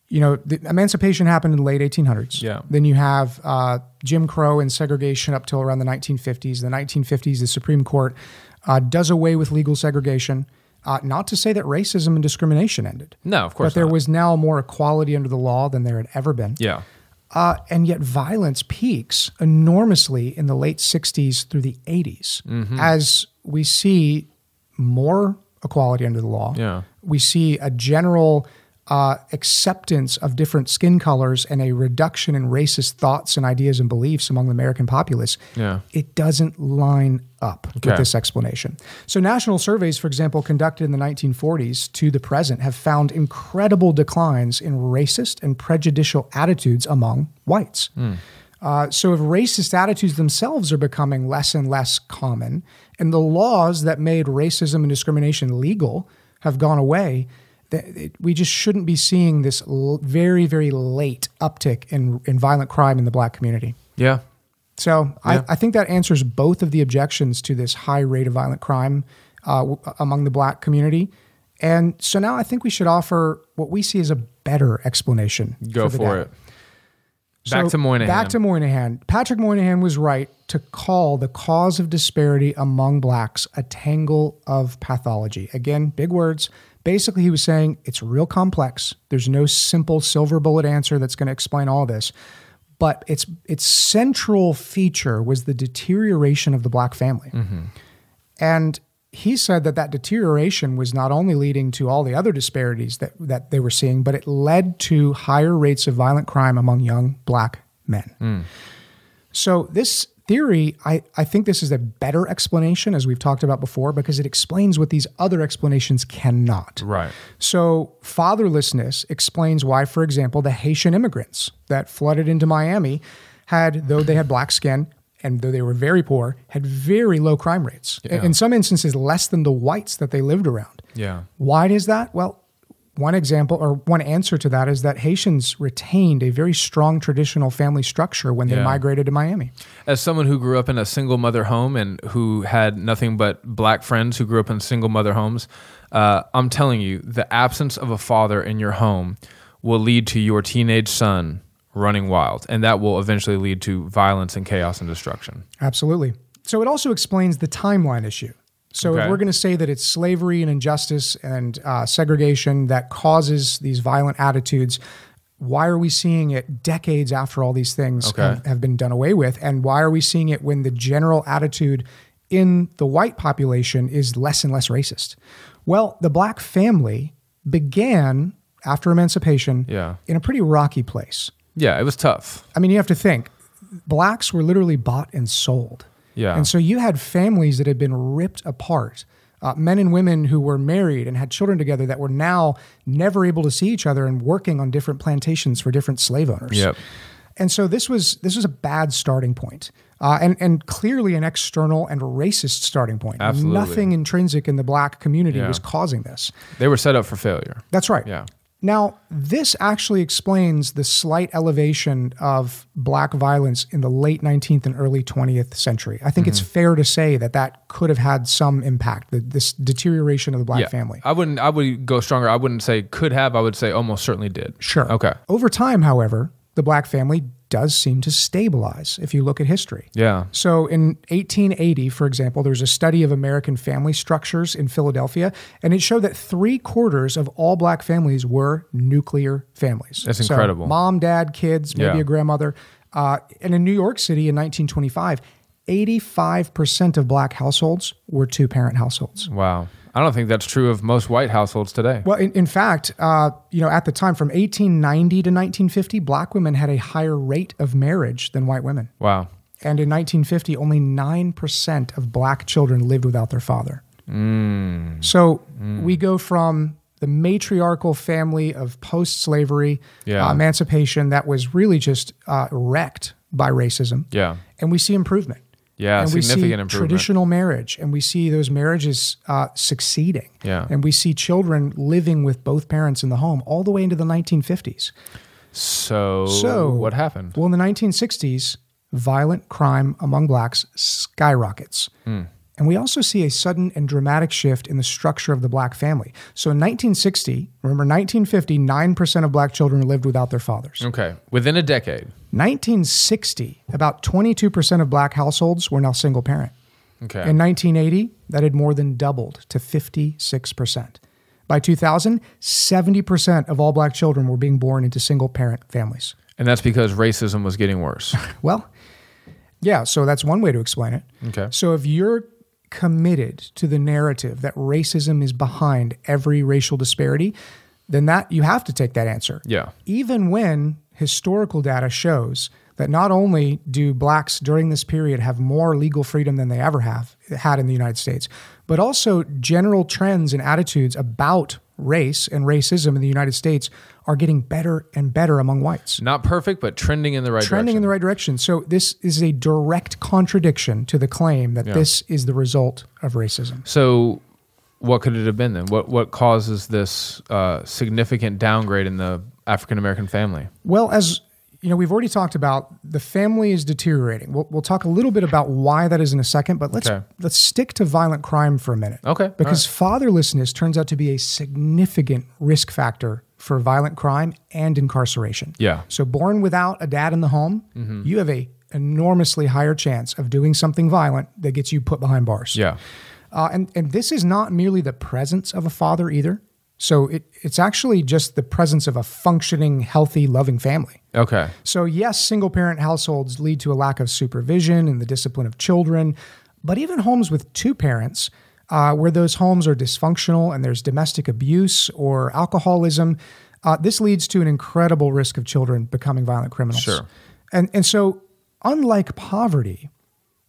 You know, the emancipation happened in the late 1800s.
Yeah.
Then you have uh, Jim Crow and segregation up till around the 1950s. The 1950s, the Supreme Court uh, does away with legal segregation. Uh, not to say that racism and discrimination ended,
No, of course
but there
not.
was now more equality under the law than there had ever been.
yeah.
Uh, and yet, violence peaks enormously in the late 60s through the 80s
Mm-hmm.
as we see more equality under the law.
Yeah.
We see a general uh, acceptance of different skin colors and a reduction in racist thoughts and ideas and beliefs among the American populace.
Yeah.
It doesn't line up
Okay.
with this explanation. So, national surveys, for example, conducted in the 1940s to the present, have found incredible declines in racist and prejudicial attitudes among whites.
Hmm.
Uh, so, if racist attitudes themselves are becoming less and less common, and the laws that made racism and discrimination legal have gone away, that it, we just shouldn't be seeing this l- very, very late uptick in, in violent crime in the black community.
Yeah.
So I, I think that answers both of the objections to this high rate of violent crime uh, w- among the black community. And so now I think we should offer what we see as a better explanation.
Go
the
for,
data.
it. Back
So
to Moynihan.
Back to Moynihan. Patrick Moynihan was right to call the cause of disparity among blacks a tangle of pathology. Again, big words. Basically, he was saying it's real complex. There's no simple silver bullet answer that's going to explain all this. But its its central feature was the deterioration of the black family. And he said that that deterioration was not only leading to all the other disparities that, that they were seeing, but it led to higher rates of violent crime among young black men. So, this theory, I, I think this is a better explanation, as we've talked about before, because it explains what these other explanations cannot.
right.
So, fatherlessness explains why, for example, the Haitian immigrants that flooded into Miami had, though they had black skin and though they were very poor, had very low crime rates. In- In some instances, less than the whites that they lived around.
Yeah.
Why is that? Well, one example or one answer to that is that Haitians retained a very strong traditional family structure when they
Yeah.
migrated to Miami.
As someone who grew up in a single mother home and who had nothing but black friends who grew up in single mother homes, uh, I'm telling you, the absence of a father in your home will lead to your teenage son running wild, and that will eventually lead to violence and chaos and destruction.
Absolutely. So it also explains the timeline issue. So
Okay.
if we're going to say that it's slavery and injustice and uh, segregation that causes these violent attitudes, why are we seeing it decades after all these things
Okay.
have, have been done away with? And why are we seeing it when the general attitude in the white population is less and less racist? Well, the black family began after emancipation
Yeah.
in a pretty rocky place.
Yeah, it was tough.
I mean, you have to think blacks were literally bought and sold.
Yeah.
And so you had families that had been ripped apart. Uh, men and women who were married and had children together that were now never able to see each other and working on different plantations for different slave owners.
Yep.
And so this was this was a bad starting point, uh, and and clearly an external and racist starting point.
Absolutely.
Nothing intrinsic in the black community
Yeah.
was causing this.
They were set up for failure.
That's right.
Yeah.
Now, this actually explains the slight elevation of black violence in the late 19th and early 20th century. I think it's
Mm-hmm.
fair to say that that could have had some impact, the, this deterioration of the black
Yeah.
family.
I wouldn't I would go stronger. I wouldn't say could have, I would say almost certainly did.
Sure.
Okay.
Over time, however, the black family does seem to stabilize if you look at history.
Yeah.
So in 1880, for example, there was a study of American family structures in Philadelphia, and it showed that three quarters of all black families were nuclear families.
That's
So
incredible.
mom, dad, kids, maybe
Yeah.
a grandmother. Uh, and in New York City in 1925, 85% of black households were two parent households.
Wow. I don't think that's true of most white households today.
Well, in, in fact, uh, you know, at the time from 1890 to 1950, black women had a higher rate of marriage than white women.
Wow.
And in 1950, only 9% of black children lived without their father.
Mm.
So we go from the matriarchal family of post slavery
Yeah.
emancipation that was really just uh, wrecked by racism.
Yeah.
And we see improvement.
Yeah,
and we see
significant improvement.
traditional marriage, and we see those marriages uh, succeeding.
Yeah.
And we see children living with both parents in the home all the way into the 1950s.
So,
So-
what happened?
Well, in the 1960s, violent crime among blacks skyrockets. And we also see a sudden and dramatic shift in the structure of the black family. So in 1960, remember 1950, 9% of black children lived without their fathers.
Okay. Within a decade.
1960, about 22% of black households were now single parent.
Okay.
In 1980, that had more than doubled to 56%. By 2000, 70% of all black children were being born into single parent families.
And that's because racism was getting worse.
Well, yeah, so that's one way to explain it.
Okay.
So if you're committed to the narrative that racism is behind every racial disparity, then that you have to take that answer.
Yeah.
Even when historical data shows that not only do blacks during this period have more legal freedom than they ever have had in the United States, but also general trends and attitudes about race and racism in the United States are getting better and better among whites
Not perfect, but trending in the right
trending
direction.
in the right direction. So this is a direct contradiction to the claim that this is the result of racism.
so, what could it have been then? What what causes this uh, significant downgrade in the African American family?
Well, as you know, we've already talked about the family is deteriorating. We'll, we'll talk a little bit about why that is in a second, but let's
Okay.
let's stick to violent crime for a minute.
Okay, all
Because fatherlessness turns out to be a significant risk factor for violent crime and incarceration.
Yeah. Mm-hmm.
So born without a dad in the home, you have a enormously higher chance of doing something violent that gets you put behind bars.
Yeah.
Uh, and, and this is not merely the presence of a father either. So it, it's actually just the presence of a functioning, healthy, loving family.
Okay.
So, yes, single parent households lead to a lack of supervision and the discipline of children, but even homes with two parents, uh, where those homes are dysfunctional and there's domestic abuse or alcoholism, uh, this leads to an incredible risk of children becoming violent criminals.
Sure.
And, and so, unlike poverty,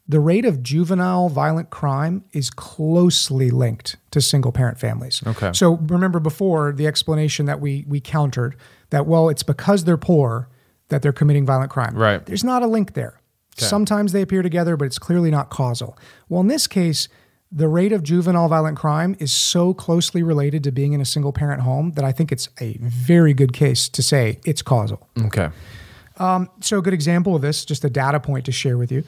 the rate of juvenile violent crime is closely linked to single parent families.
Okay.
So remember before the explanation that we we countered that well it's because they're poor that they're committing violent crime.
Right.
There's not a link there. Sometimes they appear together but it's clearly not causal. Well in this case the rate of juvenile violent crime is so closely related to being in a single parent home that I think it's a very good case to say it's causal.
Okay.
So, a good example of this, just a data point to share with you.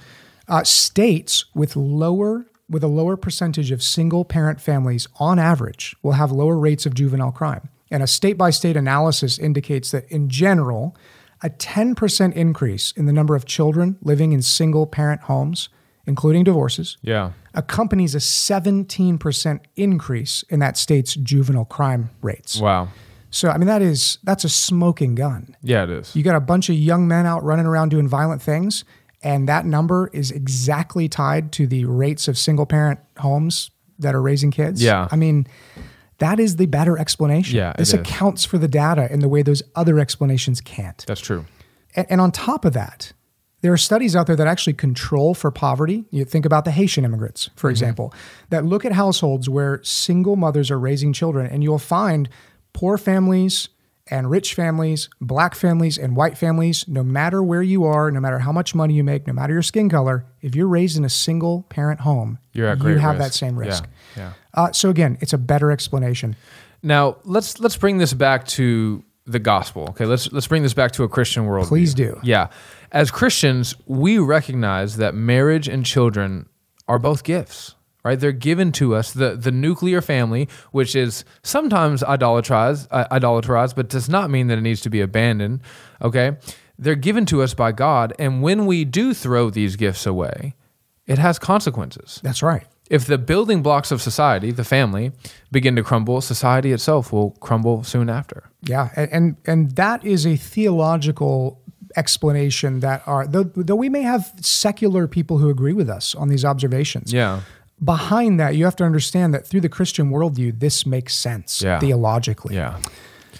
Uh, states with lower with a lower percentage of single parent families on average will have lower rates of juvenile crime. And a state by state analysis indicates that in general, a 10% increase in the number of children living in single parent homes, including divorces,
Yeah.
accompanies a 17% increase in that state's juvenile crime rates.
Wow.
So I mean that is that's a smoking gun.
Yeah, it is.
You got a bunch of young men out running around doing violent things, and that number is exactly tied to the rates of single parent homes that are raising kids.
Yeah.
I mean, that is the better explanation.
Yeah, it
This
is.
accounts for the data in the way those other explanations can't.
That's true.
And, and on top of that, there are studies out there that actually control for poverty. You think about the Haitian immigrants,
Mm-hmm.
for example, that look at households where single mothers are raising children, and you'll find poor families and rich families, black families and white families, no matter where you are, no matter how much money you make, no matter your skin color, if you're raised in a single parent home,
You're at
you
great
have that
risk.
same
Yeah,
risk.
yeah.
Uh, so again, it's a better explanation.
Now let's let's bring this back to the gospel. Okay, let's let's bring this back to a Christian world.
Please do.
Yeah. As Christians, we recognize that marriage and children are both gifts, right? They're given to us. The the nuclear family, which is sometimes idolatrized, uh, idolatrized, but does not mean that it needs to be abandoned, okay? They're given to us by God, and when we do throw these gifts away, it has consequences.
That's right.
If the building blocks of society, the family, begin to crumble, society itself will crumble soon after.
Yeah, and and, and that is a theological explanation that are though, though we may have secular people who agree with us on these observations.
Yeah.
Behind that, you have to understand that through the Christian worldview, this makes sense
Yeah.
theologically.
Yeah.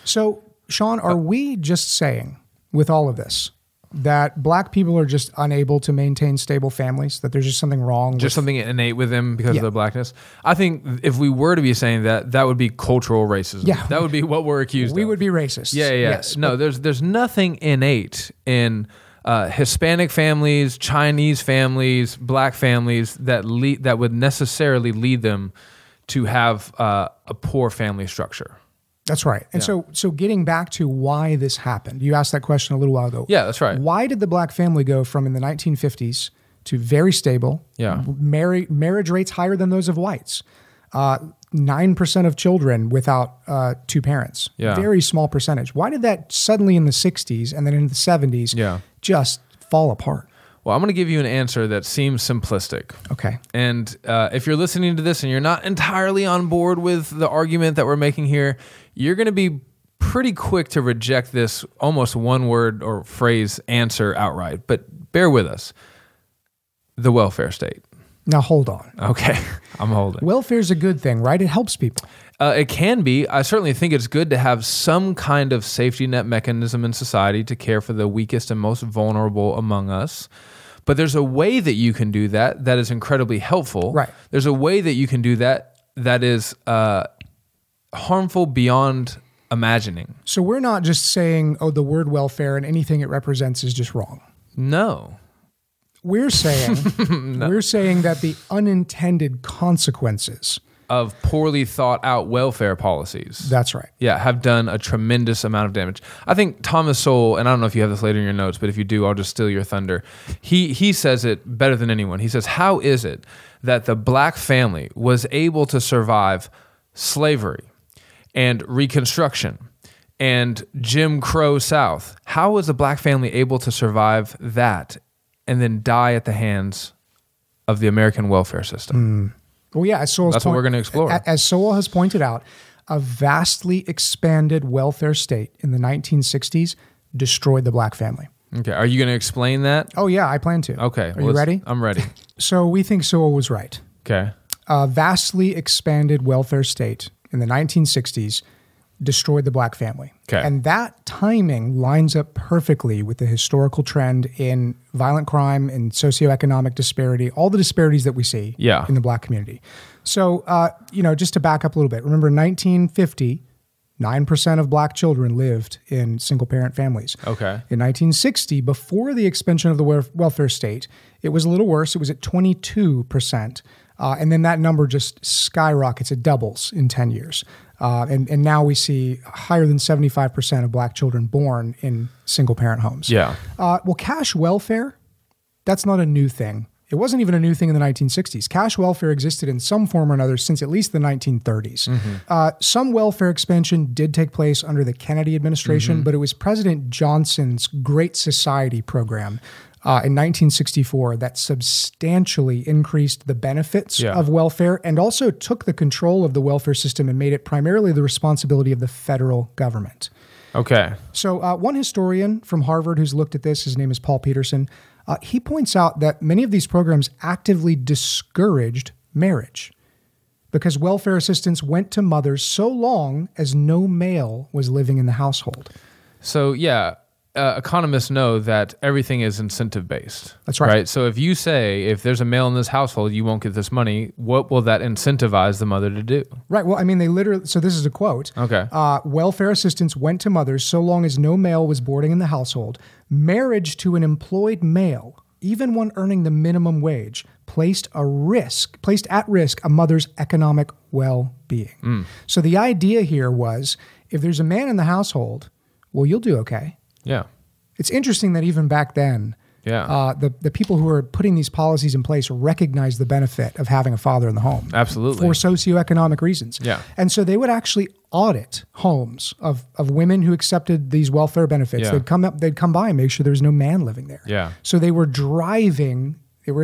So, Sean, are we just saying with all of this that black people are just unable to maintain stable families? That there's just something wrong?
Just
with,
something innate with them because
Yeah.
of their blackness. I think if we were to be saying that, that would be cultural racism.
Yeah.
That would be what we're accused
we
of.
would be racist.
Yeah, yeah. yeah.
Yes.
no, there's there's nothing innate in uh, Hispanic families, Chinese families, Black families that lead that would necessarily lead them to have uh, a poor family structure.
That's right. And so so getting back to why this happened, you asked that question a little while ago.
Yeah, that's right.
Why did the black family go from in the 1950s to very stable?
Yeah.
m- Marri- marriage rates higher than those of whites. Uh, Nine percent of children without uh, two parents.
Yeah.
Very small percentage. Why did that suddenly in the 60s and then in the 70s
Yeah.
just fall apart?
Well, I'm going to give you an answer that seems simplistic.
Okay.
And uh, if you're listening to this and you're not entirely on board with the argument that we're making here, you're going to be pretty quick to reject this almost one word or phrase answer outright, but bear with us. The welfare state.
Now hold on.
Okay, I'm holding.
Welfare's a good thing, right? It helps people.
Uh, it can be. I certainly think it's good to have some kind of safety net mechanism in society to care for the weakest and most vulnerable among us. But there's a way that you can do that that is incredibly helpful.
Right.
There's a way that you can do that that is uh, harmful beyond imagining.
So we're not just saying, oh, the word welfare and anything it represents is just wrong.
No.
We're saying we're saying that the unintended consequences.
Of poorly thought out welfare policies.
That's right.
yeah, have done a tremendous amount of damage. I think Thomas Sowell, and I don't know if you have this later in your notes, but if you do, I'll just steal your thunder. He he says it better than anyone. He says, "How is it that the black family was able to survive slavery and Reconstruction and Jim Crow South? How was the black family able to survive that and then die at the hands of the American welfare system?"
Hmm. Well, yeah, as Sowell's
That's what we're gonna explore.
a- As Sowell has pointed out, a vastly expanded welfare state in the 1960s destroyed the black family.
Okay, are you going to explain that?
Oh yeah, I plan to.
Okay,
are
well,
you
let's-
ready?
I'm ready.
So we think Sowell was right.
Okay.
a vastly expanded welfare state in the 1960s destroyed the black family.
Okay.
And that timing lines up perfectly with the historical trend in violent crime and socioeconomic disparity, all the disparities that we see
Yeah.
in the black community. So, uh, you know, just to back up a little bit, remember 1950, 9% of black children lived in single parent families.
Okay.
In 1960, before the expansion of the wer- welfare state, it was a little worse. It was at 22%. Uh, and then that number just skyrockets, it doubles in 10 years. Uh, and, and now we see higher than 75% of black children born in single parent homes.
Yeah.
Uh, well, cash welfare, that's not a new thing. It wasn't even a new thing in the 1960s. Cash welfare existed in some form or another since at least the 1930s. Uh, some welfare expansion did take place under the Kennedy administration, but it was President Johnson's Great Society program. Uh, in 1964, that substantially increased the benefits
Yeah.
of welfare and also took the control of the welfare system and made it primarily the responsibility of the federal government.
Okay.
So, uh, one historian from Harvard who's looked at this, his name is Paul Peterson, uh, he points out that many of these programs actively discouraged marriage because welfare assistance went to mothers so long as no male was living in the household.
So yeah, uh, economists know that everything is incentive based.
That's right.
So if you say if there's a male in this household, you won't get this money. What will that incentivize the mother to do?
Right. Well, I mean, they literally, so this is a quote.
Okay.
Uh, welfare assistance went to mothers so long as no male was boarding in the household. Marriage to an employed male, even one earning the minimum wage, placed a risk, placed at risk a mother's economic well-being. So the idea here was if there's a man in the household, well, you'll do okay.
Yeah.
It's interesting that even back then,
Yeah.
uh, the, the people who are putting these policies in place recognize the benefit of having a father in the home
Absolutely.
for socioeconomic reasons.
Yeah.
And so they would actually audit homes of, of women who accepted these welfare benefits.
Yeah.
They'd come up, they'd come by and make sure there was no man living there.
Yeah.
So they were driving, they were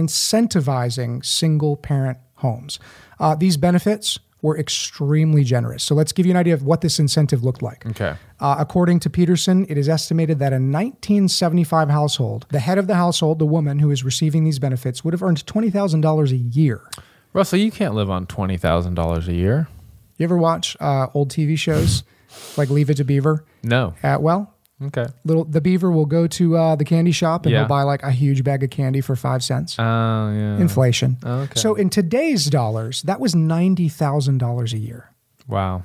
incentivizing single parent homes. Uh, these benefits were extremely generous. So let's give you an idea of what this incentive looked like.
Okay.
Uh, according to Peterson, it is estimated that in 1975 household, the head of the household, the woman who is receiving these benefits, would have earned $20,000 a year.
Russell, you can't live on twenty thousand dollars a year.
You ever watch uh, old TV shows like Leave It to Beaver?
No.
Uh, well,
Okay.
little the beaver will go to uh, the candy shop and
Yeah.
he'll buy like a huge bag of candy for five cents.
Oh yeah.
Inflation.
oh, okay.
So in today's dollars, that was ninety thousand dollars a year.
wow.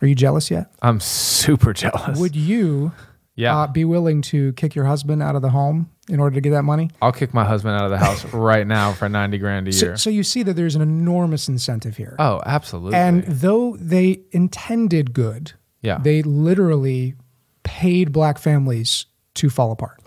Are you jealous yet?
I'm super jealous.
Would you
yeah.
uh, be willing to kick your husband out of the home in order to get that money?
I'll kick my husband out of the house right now for ninety grand a
So,
year.
so you see that there's an enormous incentive here.
oh, absolutely.
And though they intended good,
Yeah.
they literally paid black families to fall apart.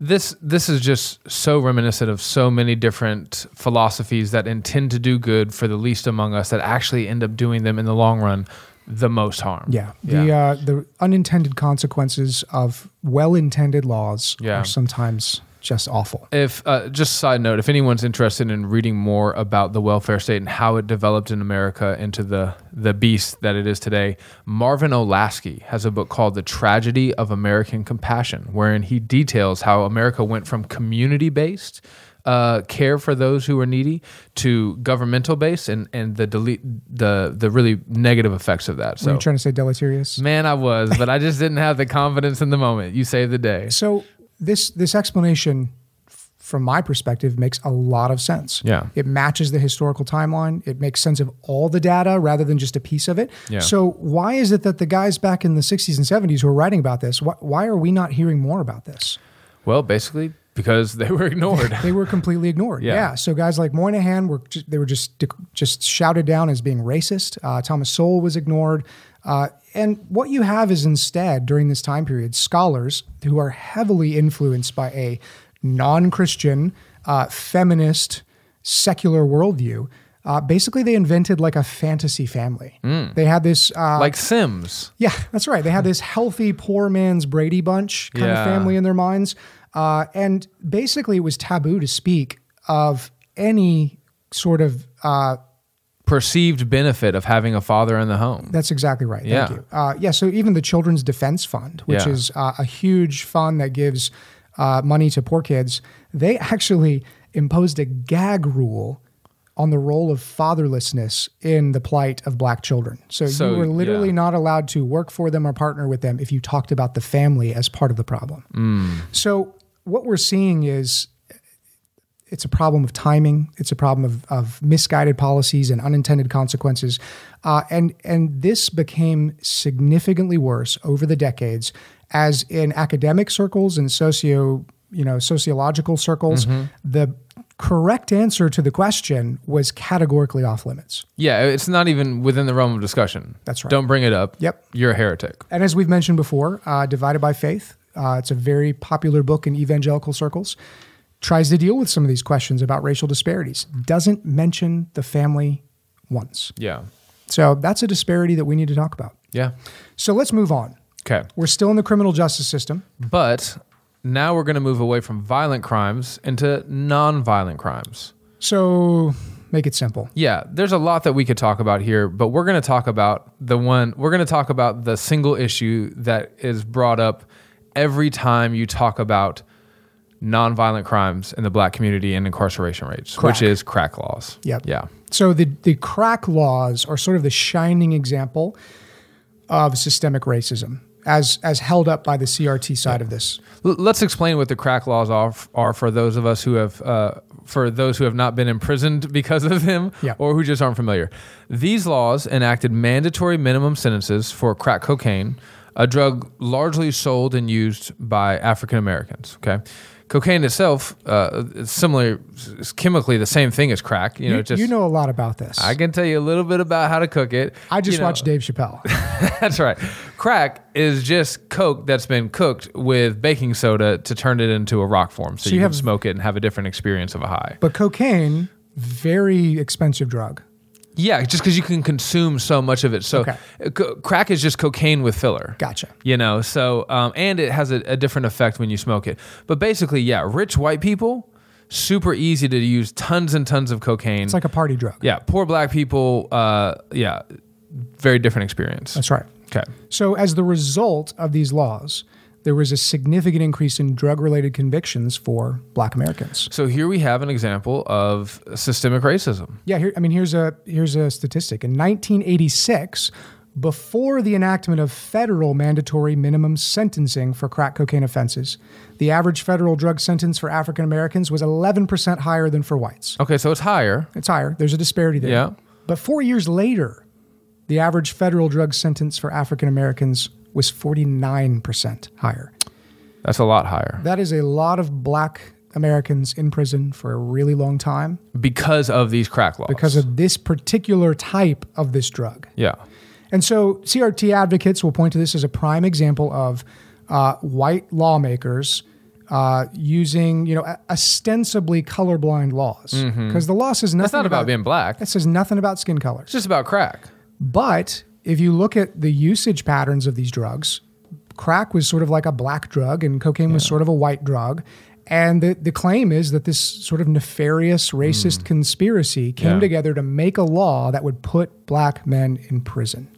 this this is just so reminiscent of so many different philosophies that intend to do good for the least among us that actually end up doing them in the long run the most harm.
Yeah.
Yeah.
The uh, the unintended consequences of well intended laws
Yeah.
are sometimes just awful.
If uh, just side note, if anyone's interested in reading more about the welfare state and how it developed in America into the the beast that it is today, Marvin Olasky has a book called "The Tragedy of American Compassion," wherein he details how America went from community based. Uh, care for those who are needy to governmental based and and the delete the the really negative effects of that.
Were
So
you trying to say deleterious?
man, I was, but I just didn't have the confidence in the moment. You saved the day.
So this this explanation, f- from my perspective, makes a lot of sense.
Yeah.
it matches the historical timeline. It makes sense of all the data rather than just a piece of it.
Yeah.
So why is it that the guys back in the '60s and '70s who were writing about this, why, why are we not hearing more about this?
Well, basically because they were ignored.
They were completely ignored.
Yeah.
yeah. So guys like Moynihan were ju- they were just dec- just shouted down as being racist. Uh, Thomas Sowell was ignored. Uh, and what you have is instead during this time period scholars who are heavily influenced by a non-Christian, uh, feminist, secular worldview. Uh, basically, they invented like a fantasy family.
Hmm.
They had this uh,
like Sims.
yeah, that's right. They had this healthy poor man's Brady Bunch kind
Yeah.
of family in their minds. Uh, and basically, it was taboo to speak of any sort of. Uh,
perceived benefit of having a father in the home.
that's exactly right.
Yeah.
Thank you. Uh, yeah. So, even the Children's Defense Fund, which
Yeah.
is uh, a huge fund that gives uh, money to poor kids, they actually imposed a gag rule on the role of fatherlessness in the plight of black children. So,
So,
you were literally
yeah.
not allowed to work for them or partner with them if you talked about the family as part of the problem.
Mm.
So what we're seeing is it's a problem of timing. It's a problem of, of misguided policies and unintended consequences, uh, and and this became significantly worse over the decades, as in academic circles and socio you know sociological circles,
Mm-hmm.
the correct answer to the question was categorically off limits.
Yeah, it's not even within the realm of discussion.
That's right.
Don't bring it up.
Yep.
You're a heretic.
And as we've mentioned before, uh, Divided by Faith, uh, it's a very popular book in evangelical circles, tries to deal with some of these questions about racial disparities, doesn't mention the family once.
Yeah.
So that's a disparity that we need to talk about.
Yeah.
So let's move on.
Okay.
We're still in the criminal justice system.
But now we're going to move away from violent crimes into non-violent crimes.
So make it simple.
Yeah, there's a lot that we could talk about here, but we're going to talk about the one we're going to talk about the single issue that is brought up every time you talk about non-violent crimes in the black community and incarceration rates,
Crack.
which is crack laws.
Yep.
Yeah.
So the the crack laws are sort of the shining example of systemic racism as as held up by the CRT side of this.
L- Let's explain what the crack laws are, are for those of us who have uh, for those who have not been imprisoned because of them
Yeah.
or who just aren't familiar. These laws enacted mandatory minimum sentences for crack cocaine, a drug largely sold and used by African Americans. Okay. Cocaine itself, uh, is similar, is chemically the same thing as crack. You know,
You,
just
you know a lot about this.
I can tell you a little bit about how to cook it.
I just
You know,
watched Dave Chappelle.
That's right. Crack is just coke that's been cooked with baking soda to turn it into a rock form, so, you,
you
can
have-
smoke it and have a different experience of a high.
But cocaine, very expensive drug.
Yeah, just because you can consume so much of it. So
Okay.
uh, co- crack is just cocaine with filler.
Gotcha.
You know, so um, and it has a, a different effect when you smoke it. But basically, yeah, rich white people super easy to use tons and tons of cocaine.
It's like a party drug.
yeah, poor black people. Uh, yeah, very different experience.
That's right.
okay.
So, as the result of these laws, there was a significant increase in drug related convictions for black Americans.
So here we have an example of systemic racism.
Yeah, here, I mean, here's a, here's a statistic. In 1986, before the enactment of federal mandatory minimum sentencing for crack cocaine offenses, the average federal drug sentence for African Americans was 11% higher than for whites.
Okay, so it's higher.
It's higher. There's a disparity there.
Yeah.
But four years later, the average federal drug sentence for African Americans was 49% higher.
That's a lot higher
That is a lot of black Americans in prison for a really long time
because of these crack laws.
because of this particular type of this drug.
yeah,
And so CRT advocates will point to this as a prime example of uh, white lawmakers uh, using, you know, ostensibly colorblind laws. Because the law says nothing
Mm-hmm. that's not about
about
being black.
that
It's
says nothing about skin color.
just about crack.
But if you look at the usage patterns of these drugs, crack was sort of like a black drug and cocaine was sort of a white drug. And the, the claim is that this sort of nefarious racist conspiracy came
Hmm. Yeah.
together to make a law that would put black men in prison.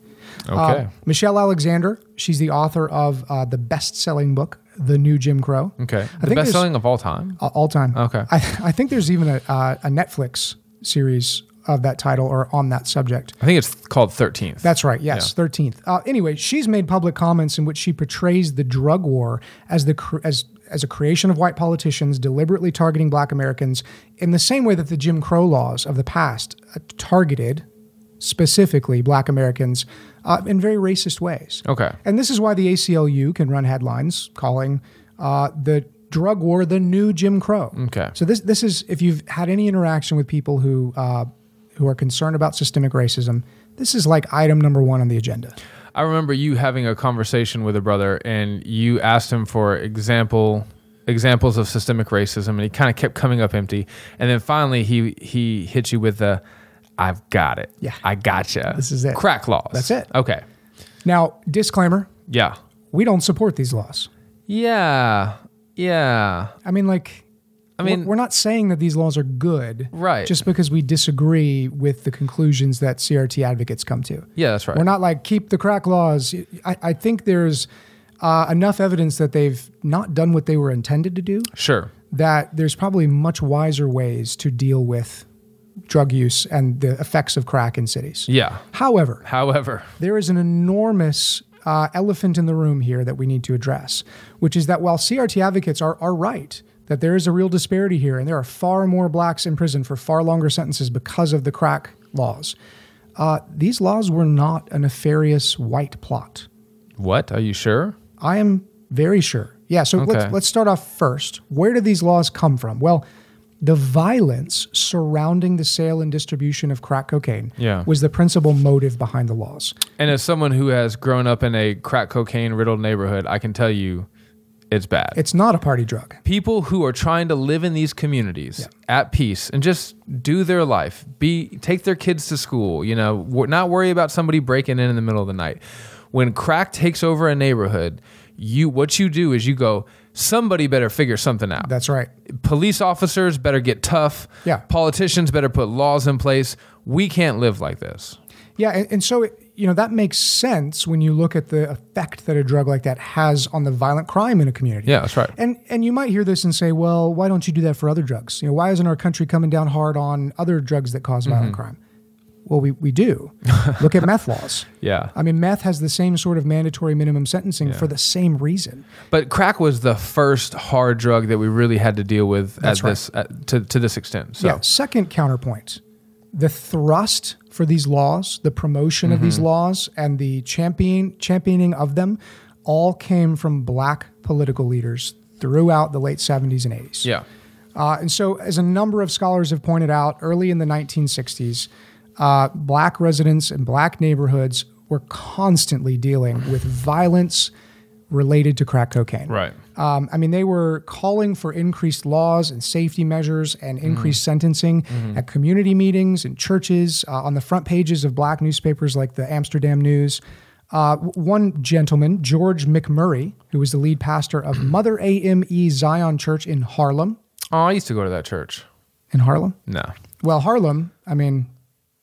Okay.
Uh, Michelle Alexander, she's the author of uh, the best selling book, The New Jim Crow.
okay.
I
The
think
best
there's
selling of all time.
uh, all time.
Hmm. Okay.
I, I think there's even a, uh, a Netflix series of that title or on that subject.
I think it's called 13th.
That's right. Yes, thirteenth. Uh, anyway, she's made public comments in which she portrays the drug war as the cr- as as a creation of white politicians deliberately targeting Black Americans in the same way that the Jim Crow laws of the past uh, targeted specifically Black Americans uh, in very racist ways.
okay.
And this is why the ACLU can run headlines calling uh, the drug war the new Jim Crow.
Okay.
So this this is if you've had any interaction with people who uh, who are concerned about systemic racism, this is like item number one on the agenda.
I remember you having a conversation with a brother and you asked him for example examples of systemic racism and he kind of kept coming up empty and then finally he he hit you with the I've got it.
Yeah.
I gotcha.
This is it.
Crack laws.
That's it.
Okay.
Now, disclaimer:
Yeah.
we don't support these laws.
Yeah. Yeah.
I mean, like.
I mean-
we're we're not saying that these laws are good,
Right.
Just because we disagree with the conclusions that CRT advocates come to.
Yeah, that's right.
We're not like keep the crack laws. I, I think there's uh, enough evidence that they've not done what they were intended to do.
sure.
That there's probably much wiser ways to deal with drug use and the effects of crack in cities.
Yeah.
However,
However,
there is an enormous uh, elephant in the room here that we need to address, which is that while CRT advocates are, are right that there is a real disparity here and there are far more blacks in prison for far longer sentences because of the crack laws, uh, these laws were not a nefarious white plot.
what? Are you sure?
I am very sure. Yeah, so
Okay.
let's, let's start off first. Where do these laws come from? Well, the violence surrounding the sale and distribution of crack cocaine
Yeah.
was the principal motive behind the laws.
And as someone who has grown up in a crack cocaine riddled neighborhood, I can tell you it's bad.
It's not a party drug.
people who are trying to live in these communities at peace and just do their life be take their kids to school you know wor- not worry about somebody breaking in in the middle of the night when crack takes over a neighborhood you what you do is you go somebody better figure something out
That's right.
police officers better get tough
Yeah.
politicians better put laws in place we can't live like this
Yeah, and, and so you know that makes sense when you look at the effect that a drug like that has on the violent crime in a community.
yeah that's right
And and you might hear this and say, well, why don't you do that for other drugs? You know, why isn't our country coming down hard on other drugs that because
Mm-hmm.
violent crime? Well, we, we do. Look at meth laws.
yeah
I mean, meth has the same sort of mandatory minimum sentencing for the same reason.
but crack was the first hard drug that we really had to deal with at
That's right.
this at, to, to this extent so
Yeah. Second counterpoint the thrust for these laws, the promotion of
Mm-hmm.
these laws, and the champion, championing of them all came from black political leaders throughout the late 70s and 80s.
yeah.
Uh, and so, as a number of scholars have pointed out, early in the 1960s, uh, black residents in black neighborhoods were constantly dealing with violence related to crack cocaine.
Right.
Um, I mean, they were calling for increased laws and safety measures and increased sentencing at community meetings and churches, uh, on the front pages of black newspapers like the Amsterdam News. Uh, w- one gentleman, George McMurray, who was the lead pastor of Mother AME Zion Church in Harlem,
Oh, I used to go to that church.
in Harlem.
No.
Well, Harlem, I mean,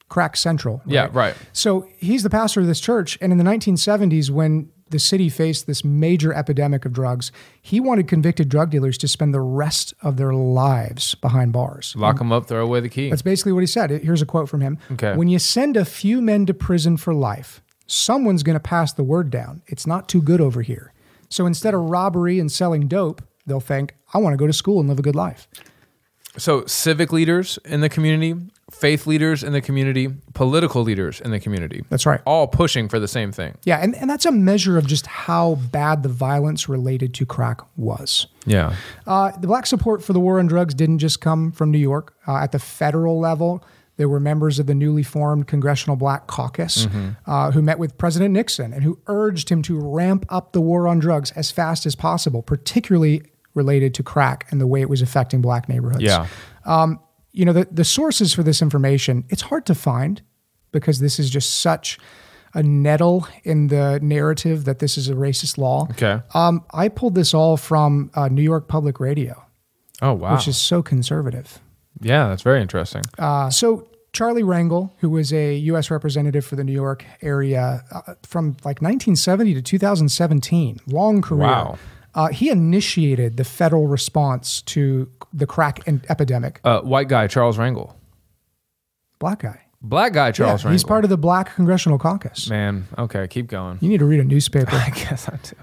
crack central.
Yeah, right.
So he's the pastor of this church. And in the 1970s, when the city faced this major epidemic of drugs, he wanted convicted drug dealers to spend the rest of their lives behind bars.
Lock them up, throw away the key.
Mm. That's basically what he said. Here's a quote from him
Okay.
When you send a few men to prison for life, someone's going to pass the word down. It's not too good over here. So instead of robbery and selling dope, they'll think, I want to go to school and live a good life.
So, civic leaders in the community, faith leaders in the community, political leaders in the community,
That's right.
all pushing for the same thing.
Yeah, and, and that's a measure of just how bad the violence related to crack was.
Yeah.
Uh, the black support for the war on drugs didn't just come from New York. Uh, at the federal level, there were members of the newly formed Congressional Black Caucus uh, who met with President Nixon and who urged him to ramp up the war on drugs as fast as possible, particularly related to crack and the way it was affecting black neighborhoods
Yeah.
you know the, the sources for this information it's hard to find because this is just such a nettle in the narrative that this is a racist law
Okay.
um, i pulled this all from uh, new york public radio
Oh, wow.
which is so conservative.
yeah, that's very interesting.
Uh, so Charlie Rangel, who was a U.S. representative for the New York area uh, from like 1970 to 2017, long career.
Wow.
Uh, he initiated the federal response to the crack en- epidemic.
Uh, white guy, Charles Rangel.
Black guy.
Black guy, Charles
Yeah,
Rangel.
he's part of the Black Congressional Caucus.
Man, okay, keep going.
You need to read a newspaper.
I guess I do.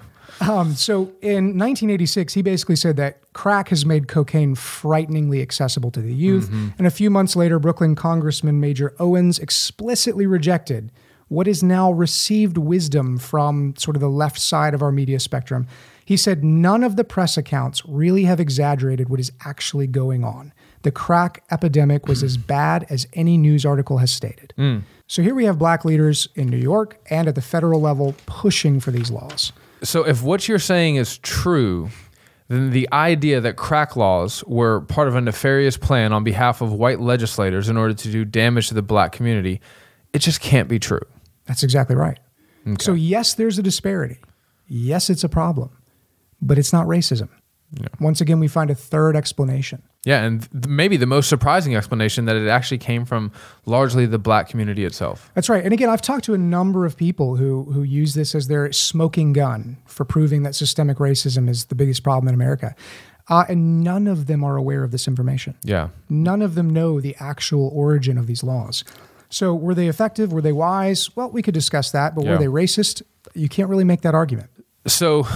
um, so in 1986, he basically said that crack has made cocaine frighteningly accessible to the youth. And a few months later, Brooklyn Congressman Major Owens explicitly rejected what is now received wisdom from sort of the left side of our media spectrum. He said, None of the press accounts really have exaggerated what is actually going on. The crack epidemic was as bad as any news article has stated. So here we have black leaders in New York and at the federal level pushing for these laws.
So if what you're saying is true, then the idea that crack laws were part of a nefarious plan on behalf of white legislators in order to do damage to the black community, it just can't be true.
That's exactly right. So, yes, there's a disparity. Yes, it's a problem, but it's not racism. Once again, we find a third explanation.
Yeah, and th- maybe the most surprising explanation that it actually came from largely the black community itself.
That's right. And again, I've talked to a number of people who, who use this as their smoking gun for proving that systemic racism is the biggest problem in America. Uh, and none of them are aware of this information.
Yeah.
None of them know the actual origin of these laws. So, were they effective? Were they wise? Well, we could discuss that, but
Yeah.
were they racist? You can't really make that argument.
So,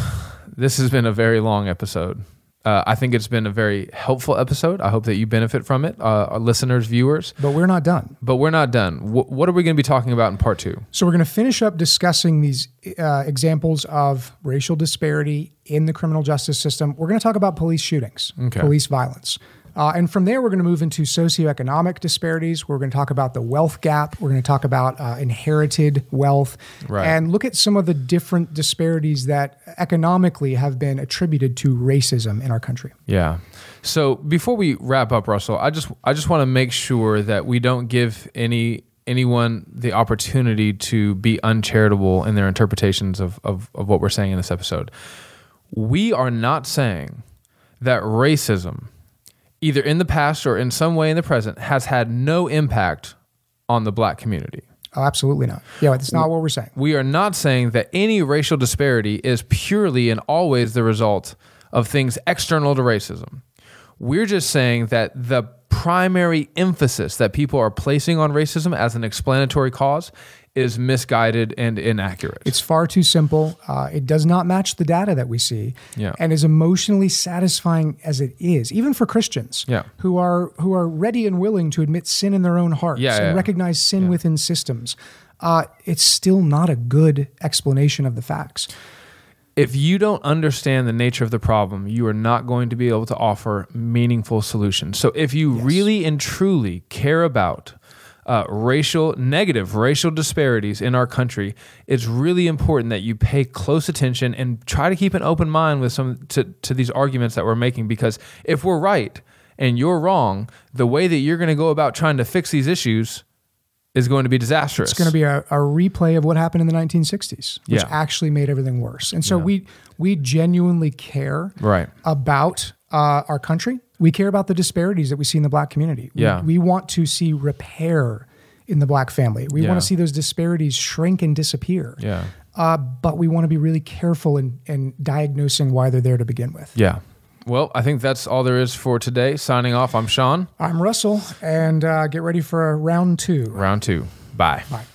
this has been a very long episode. Uh, I think it's been a very helpful episode. I hope that you benefit from it, uh, our listeners, viewers.
But we're not done.
But we're not done. Wh- what are we going to be talking about in part two?
So we're going to finish up discussing these uh, examples of racial disparity in the criminal justice system. We're going to talk about police shootings,
Okay.
police violence. Uh, and from there, we're going to move into socioeconomic disparities. We're going to talk about the wealth gap. We're going to talk about uh, inherited wealth
Right.
and look at some of the different disparities that economically have been attributed to racism in our country.
Yeah. So before we wrap up, Russell, I just I just want to make sure that we don't give any anyone the opportunity to be uncharitable in their interpretations of, of, of what we're saying in this episode. We are not saying that racism, either in the past or in some way in the present, has had no impact on the black community.
Oh, absolutely not. Yeah, that's not what we're saying.
We are not saying that any racial disparity is purely and always the result of things external to racism. We're just saying that the primary emphasis that people are placing on racism as an explanatory cause is misguided and inaccurate.
It's far too simple. Uh, it does not match the data that we see,
Yeah.
and is emotionally satisfying as it is, even for Christians
Yeah.
who are who are ready and willing to admit sin in their own hearts
Yeah,
and
yeah.
recognize sin within systems. Uh, it's still not a good explanation of the facts.
if you don't understand the nature of the problem, you are not going to be able to offer meaningful solutions. So, if you really and truly care about uh, racial negative racial disparities in our country, it's really important that you pay close attention and try to keep an open mind with some to, to these arguments that we're making. Because if we're right and you're wrong, the way that you're going to go about trying to fix these issues is going to be disastrous.
It's going to be a, a replay of what happened in the 1960s, which
Yeah.
actually made everything worse. And so we we genuinely care
Right.
about uh, our country. We care about the disparities that we see in the black community. We-
Yeah.
We, want to see repair in the black family. We
Yeah.
want to see those disparities shrink and disappear.
yeah.
Uh, but we want to be really careful in, in diagnosing why they're there to begin with.
Yeah. Well, I think that's all there is for today. Signing off, I'm Sean.
I'm Russell, and uh, get ready for round two.
Round two. Bye.
Bye.